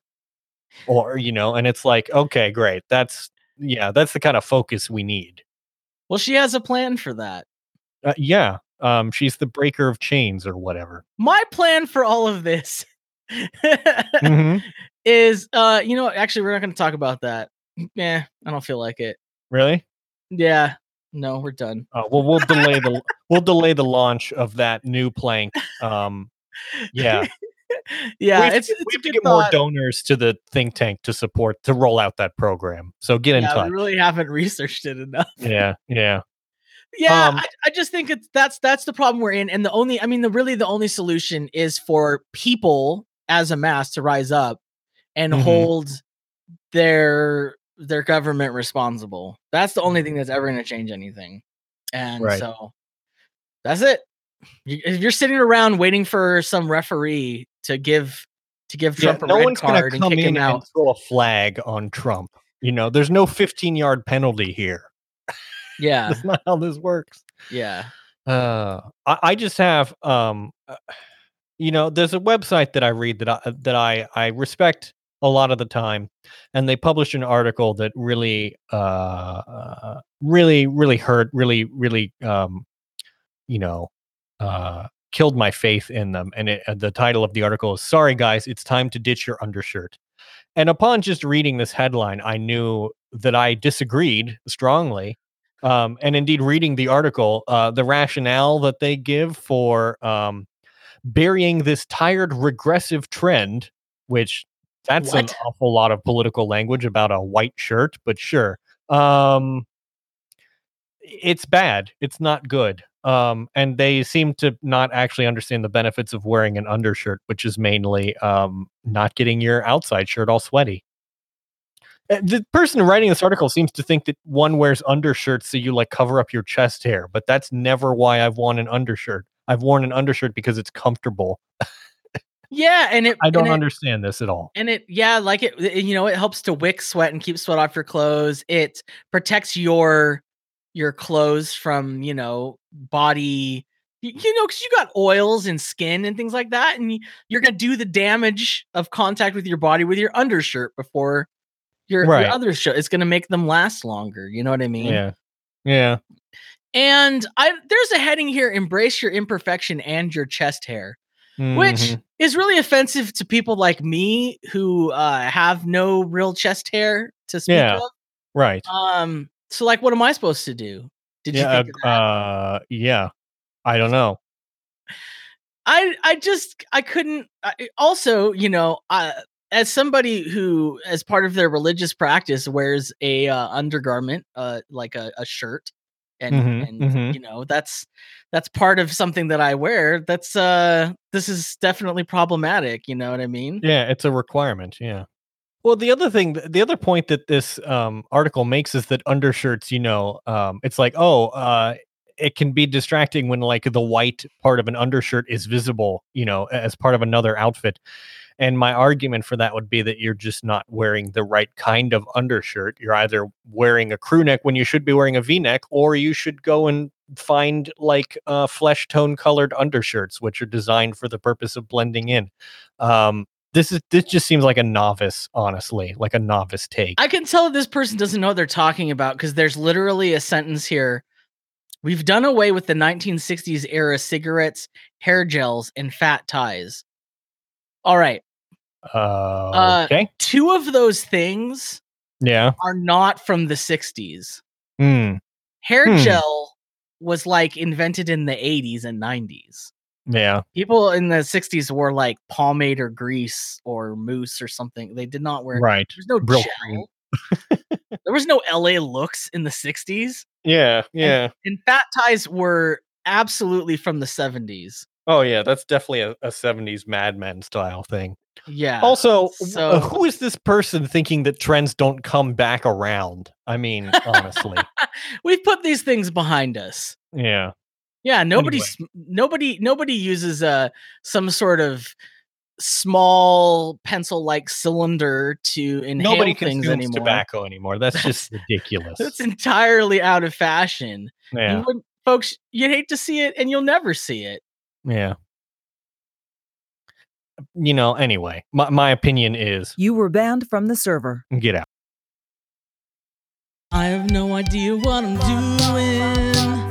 [SPEAKER 2] or you know, and it's like okay, great, that's yeah, that's the kind of focus we need.
[SPEAKER 1] well, she has a plan for that.
[SPEAKER 2] Uh, yeah, um, she's the breaker of chains or whatever.
[SPEAKER 1] My plan for all of this. Mm-hmm.
[SPEAKER 2] Mhm.
[SPEAKER 1] is uh you know what, actually we're not going to talk about that yeah i don't feel like it
[SPEAKER 2] Really?
[SPEAKER 1] yeah no we're done
[SPEAKER 2] Uh, well, we'll delay the we'll delay the launch of that new plank. Um, yeah,
[SPEAKER 1] yeah
[SPEAKER 2] we have,
[SPEAKER 1] it's,
[SPEAKER 2] to,
[SPEAKER 1] it's
[SPEAKER 2] get- we
[SPEAKER 1] a
[SPEAKER 2] have to
[SPEAKER 1] good
[SPEAKER 2] get more
[SPEAKER 1] thought.
[SPEAKER 2] donors to the think tank to support to roll out that program. So get in
[SPEAKER 1] yeah,
[SPEAKER 2] touch.
[SPEAKER 1] we really haven't researched it enough
[SPEAKER 2] yeah, yeah,
[SPEAKER 1] yeah
[SPEAKER 2] Um,
[SPEAKER 1] I, I just think it's that's that's the problem we're in and the only i mean the really the only solution is for people as a mass to rise up and
[SPEAKER 2] Mhm.
[SPEAKER 1] hold their their government responsible that's the only thing that's ever going to change anything and
[SPEAKER 2] Right.
[SPEAKER 1] so that's it You- if you're sitting around waiting for some referee to give to give
[SPEAKER 2] yeah.
[SPEAKER 1] trump a
[SPEAKER 2] No
[SPEAKER 1] red
[SPEAKER 2] one's
[SPEAKER 1] card
[SPEAKER 2] gonna
[SPEAKER 1] and
[SPEAKER 2] come
[SPEAKER 1] kick
[SPEAKER 2] in
[SPEAKER 1] him out
[SPEAKER 2] and throw a flag on Trump. You know, there's no 15 yard penalty here.
[SPEAKER 1] yeah
[SPEAKER 2] That's not how this works.
[SPEAKER 1] yeah
[SPEAKER 2] Uh, I, I just have, um, uh, you know, there's a website that I read that I uh, that I I respect a lot of the time, and they published an article that really, uh, uh, really, really hurt, really, really, um, you know, uh, killed my faith in them. And it, uh, the title of the article is "Sorry guys, it's time to ditch your undershirt." And upon just reading this headline, I knew that I disagreed strongly um, and indeed reading the article uh, the rationale that they give for um, burying this tired regressive trend which that's an
[SPEAKER 1] What?
[SPEAKER 2] awful lot of political language about a white shirt but sure um, it's bad it's not good um, and they seem to not actually understand the benefits of wearing an undershirt which is mainly um, not getting your outside shirt all sweaty uh, the person writing this article seems to think that one wears undershirts so you like cover up your chest hair, but that's never why I've worn an undershirt. I've worn an undershirt because it's comfortable.
[SPEAKER 1] yeah and it
[SPEAKER 2] I don't
[SPEAKER 1] understand.
[SPEAKER 2] understand this at all.
[SPEAKER 1] And it, yeah, like it, it- you know, it helps to wick sweat and keep sweat off your clothes. It protects your your clothes from you know body, y- you know, because you got oils and skin and things like that, and y- you're gonna do the damage of contact with your body with your undershirt before your, your
[SPEAKER 2] Right.
[SPEAKER 1] other shirt. It's gonna make them last longer. You know what I mean?
[SPEAKER 2] Yeah. Yeah.
[SPEAKER 1] And I there's a heading here: embrace your imperfection and your chest hair which
[SPEAKER 2] Mhm.
[SPEAKER 1] is really offensive to people like me who uh, have no real chest hair to speak
[SPEAKER 2] Yeah.
[SPEAKER 1] of.
[SPEAKER 2] right.
[SPEAKER 1] Um, so like, what am I supposed to do? Did you
[SPEAKER 2] Yeah.
[SPEAKER 1] think of
[SPEAKER 2] Uh,
[SPEAKER 1] that?
[SPEAKER 2] uh, yeah. I don't know.
[SPEAKER 1] I I just I couldn't. I, I- also, you know, I, as somebody who, as part of their religious practice, wears a uh, undergarment, uh, like a, a shirt, and
[SPEAKER 2] Mhm,
[SPEAKER 1] and
[SPEAKER 2] mhm.
[SPEAKER 1] you know that's that's part of something that I wear. That's uh this is definitely problematic. You know what I mean?
[SPEAKER 2] Yeah, it's a requirement. Yeah. Well, the other thing, th- the other point that this um, article makes is that undershirts, you know, um, it's like, oh, uh, it can be distracting when like the white part of an undershirt is visible, you know, a- as part of another outfit. And my argument for that would be that you're just not wearing the right kind of undershirt. You're either wearing a crew neck when you should be wearing a v neck, or you should go and find like uh, flesh tone colored undershirts, which are designed for the purpose of blending in. Um, this is this just seems like a novice, honestly, like a novice take.
[SPEAKER 1] I can tell this person doesn't know what they're talking about because there's literally a sentence here. We've done away with the 1960s era cigarettes, hair gels, and fat ties. All right.
[SPEAKER 2] uh, okay,
[SPEAKER 1] Two of those things
[SPEAKER 2] yeah,
[SPEAKER 1] are not from the 60s.
[SPEAKER 2] Hmm.
[SPEAKER 1] Hair
[SPEAKER 2] Hmm.
[SPEAKER 1] gel was like invented in the 80s and 90s.
[SPEAKER 2] yeah.
[SPEAKER 1] People in the 60s wore like pomade or grease or mousse or something. They did not wear.
[SPEAKER 2] Right.
[SPEAKER 1] There's no
[SPEAKER 2] Real
[SPEAKER 1] gel. there was no LA looks in the 60s.
[SPEAKER 2] Yeah.
[SPEAKER 1] and fat ties were absolutely from the 70s
[SPEAKER 2] oh yeah. That's definitely a, a '70s Mad Men style thing.
[SPEAKER 1] yeah
[SPEAKER 2] Also, w-
[SPEAKER 1] so-
[SPEAKER 2] uh, who is this person thinking that trends don't come back around? I mean, honestly,
[SPEAKER 1] we've put these things behind us
[SPEAKER 2] yeah,
[SPEAKER 1] yeah nobody
[SPEAKER 2] Anyway.
[SPEAKER 1] sm- nobody nobody uses uh some sort of small pencil like cylinder to inhale
[SPEAKER 2] nobody
[SPEAKER 1] things
[SPEAKER 2] consumes
[SPEAKER 1] anymore
[SPEAKER 2] tobacco anymore. That's just ridiculous.
[SPEAKER 1] it's entirely out of fashion You
[SPEAKER 2] yeah,
[SPEAKER 1] wouldn't- folks you'd hate to see it and you'll never see it
[SPEAKER 2] yeah. You know, anyway, my, my opinion is
[SPEAKER 6] You were banned from the server.
[SPEAKER 2] get out.
[SPEAKER 1] I have no idea what I'm doing.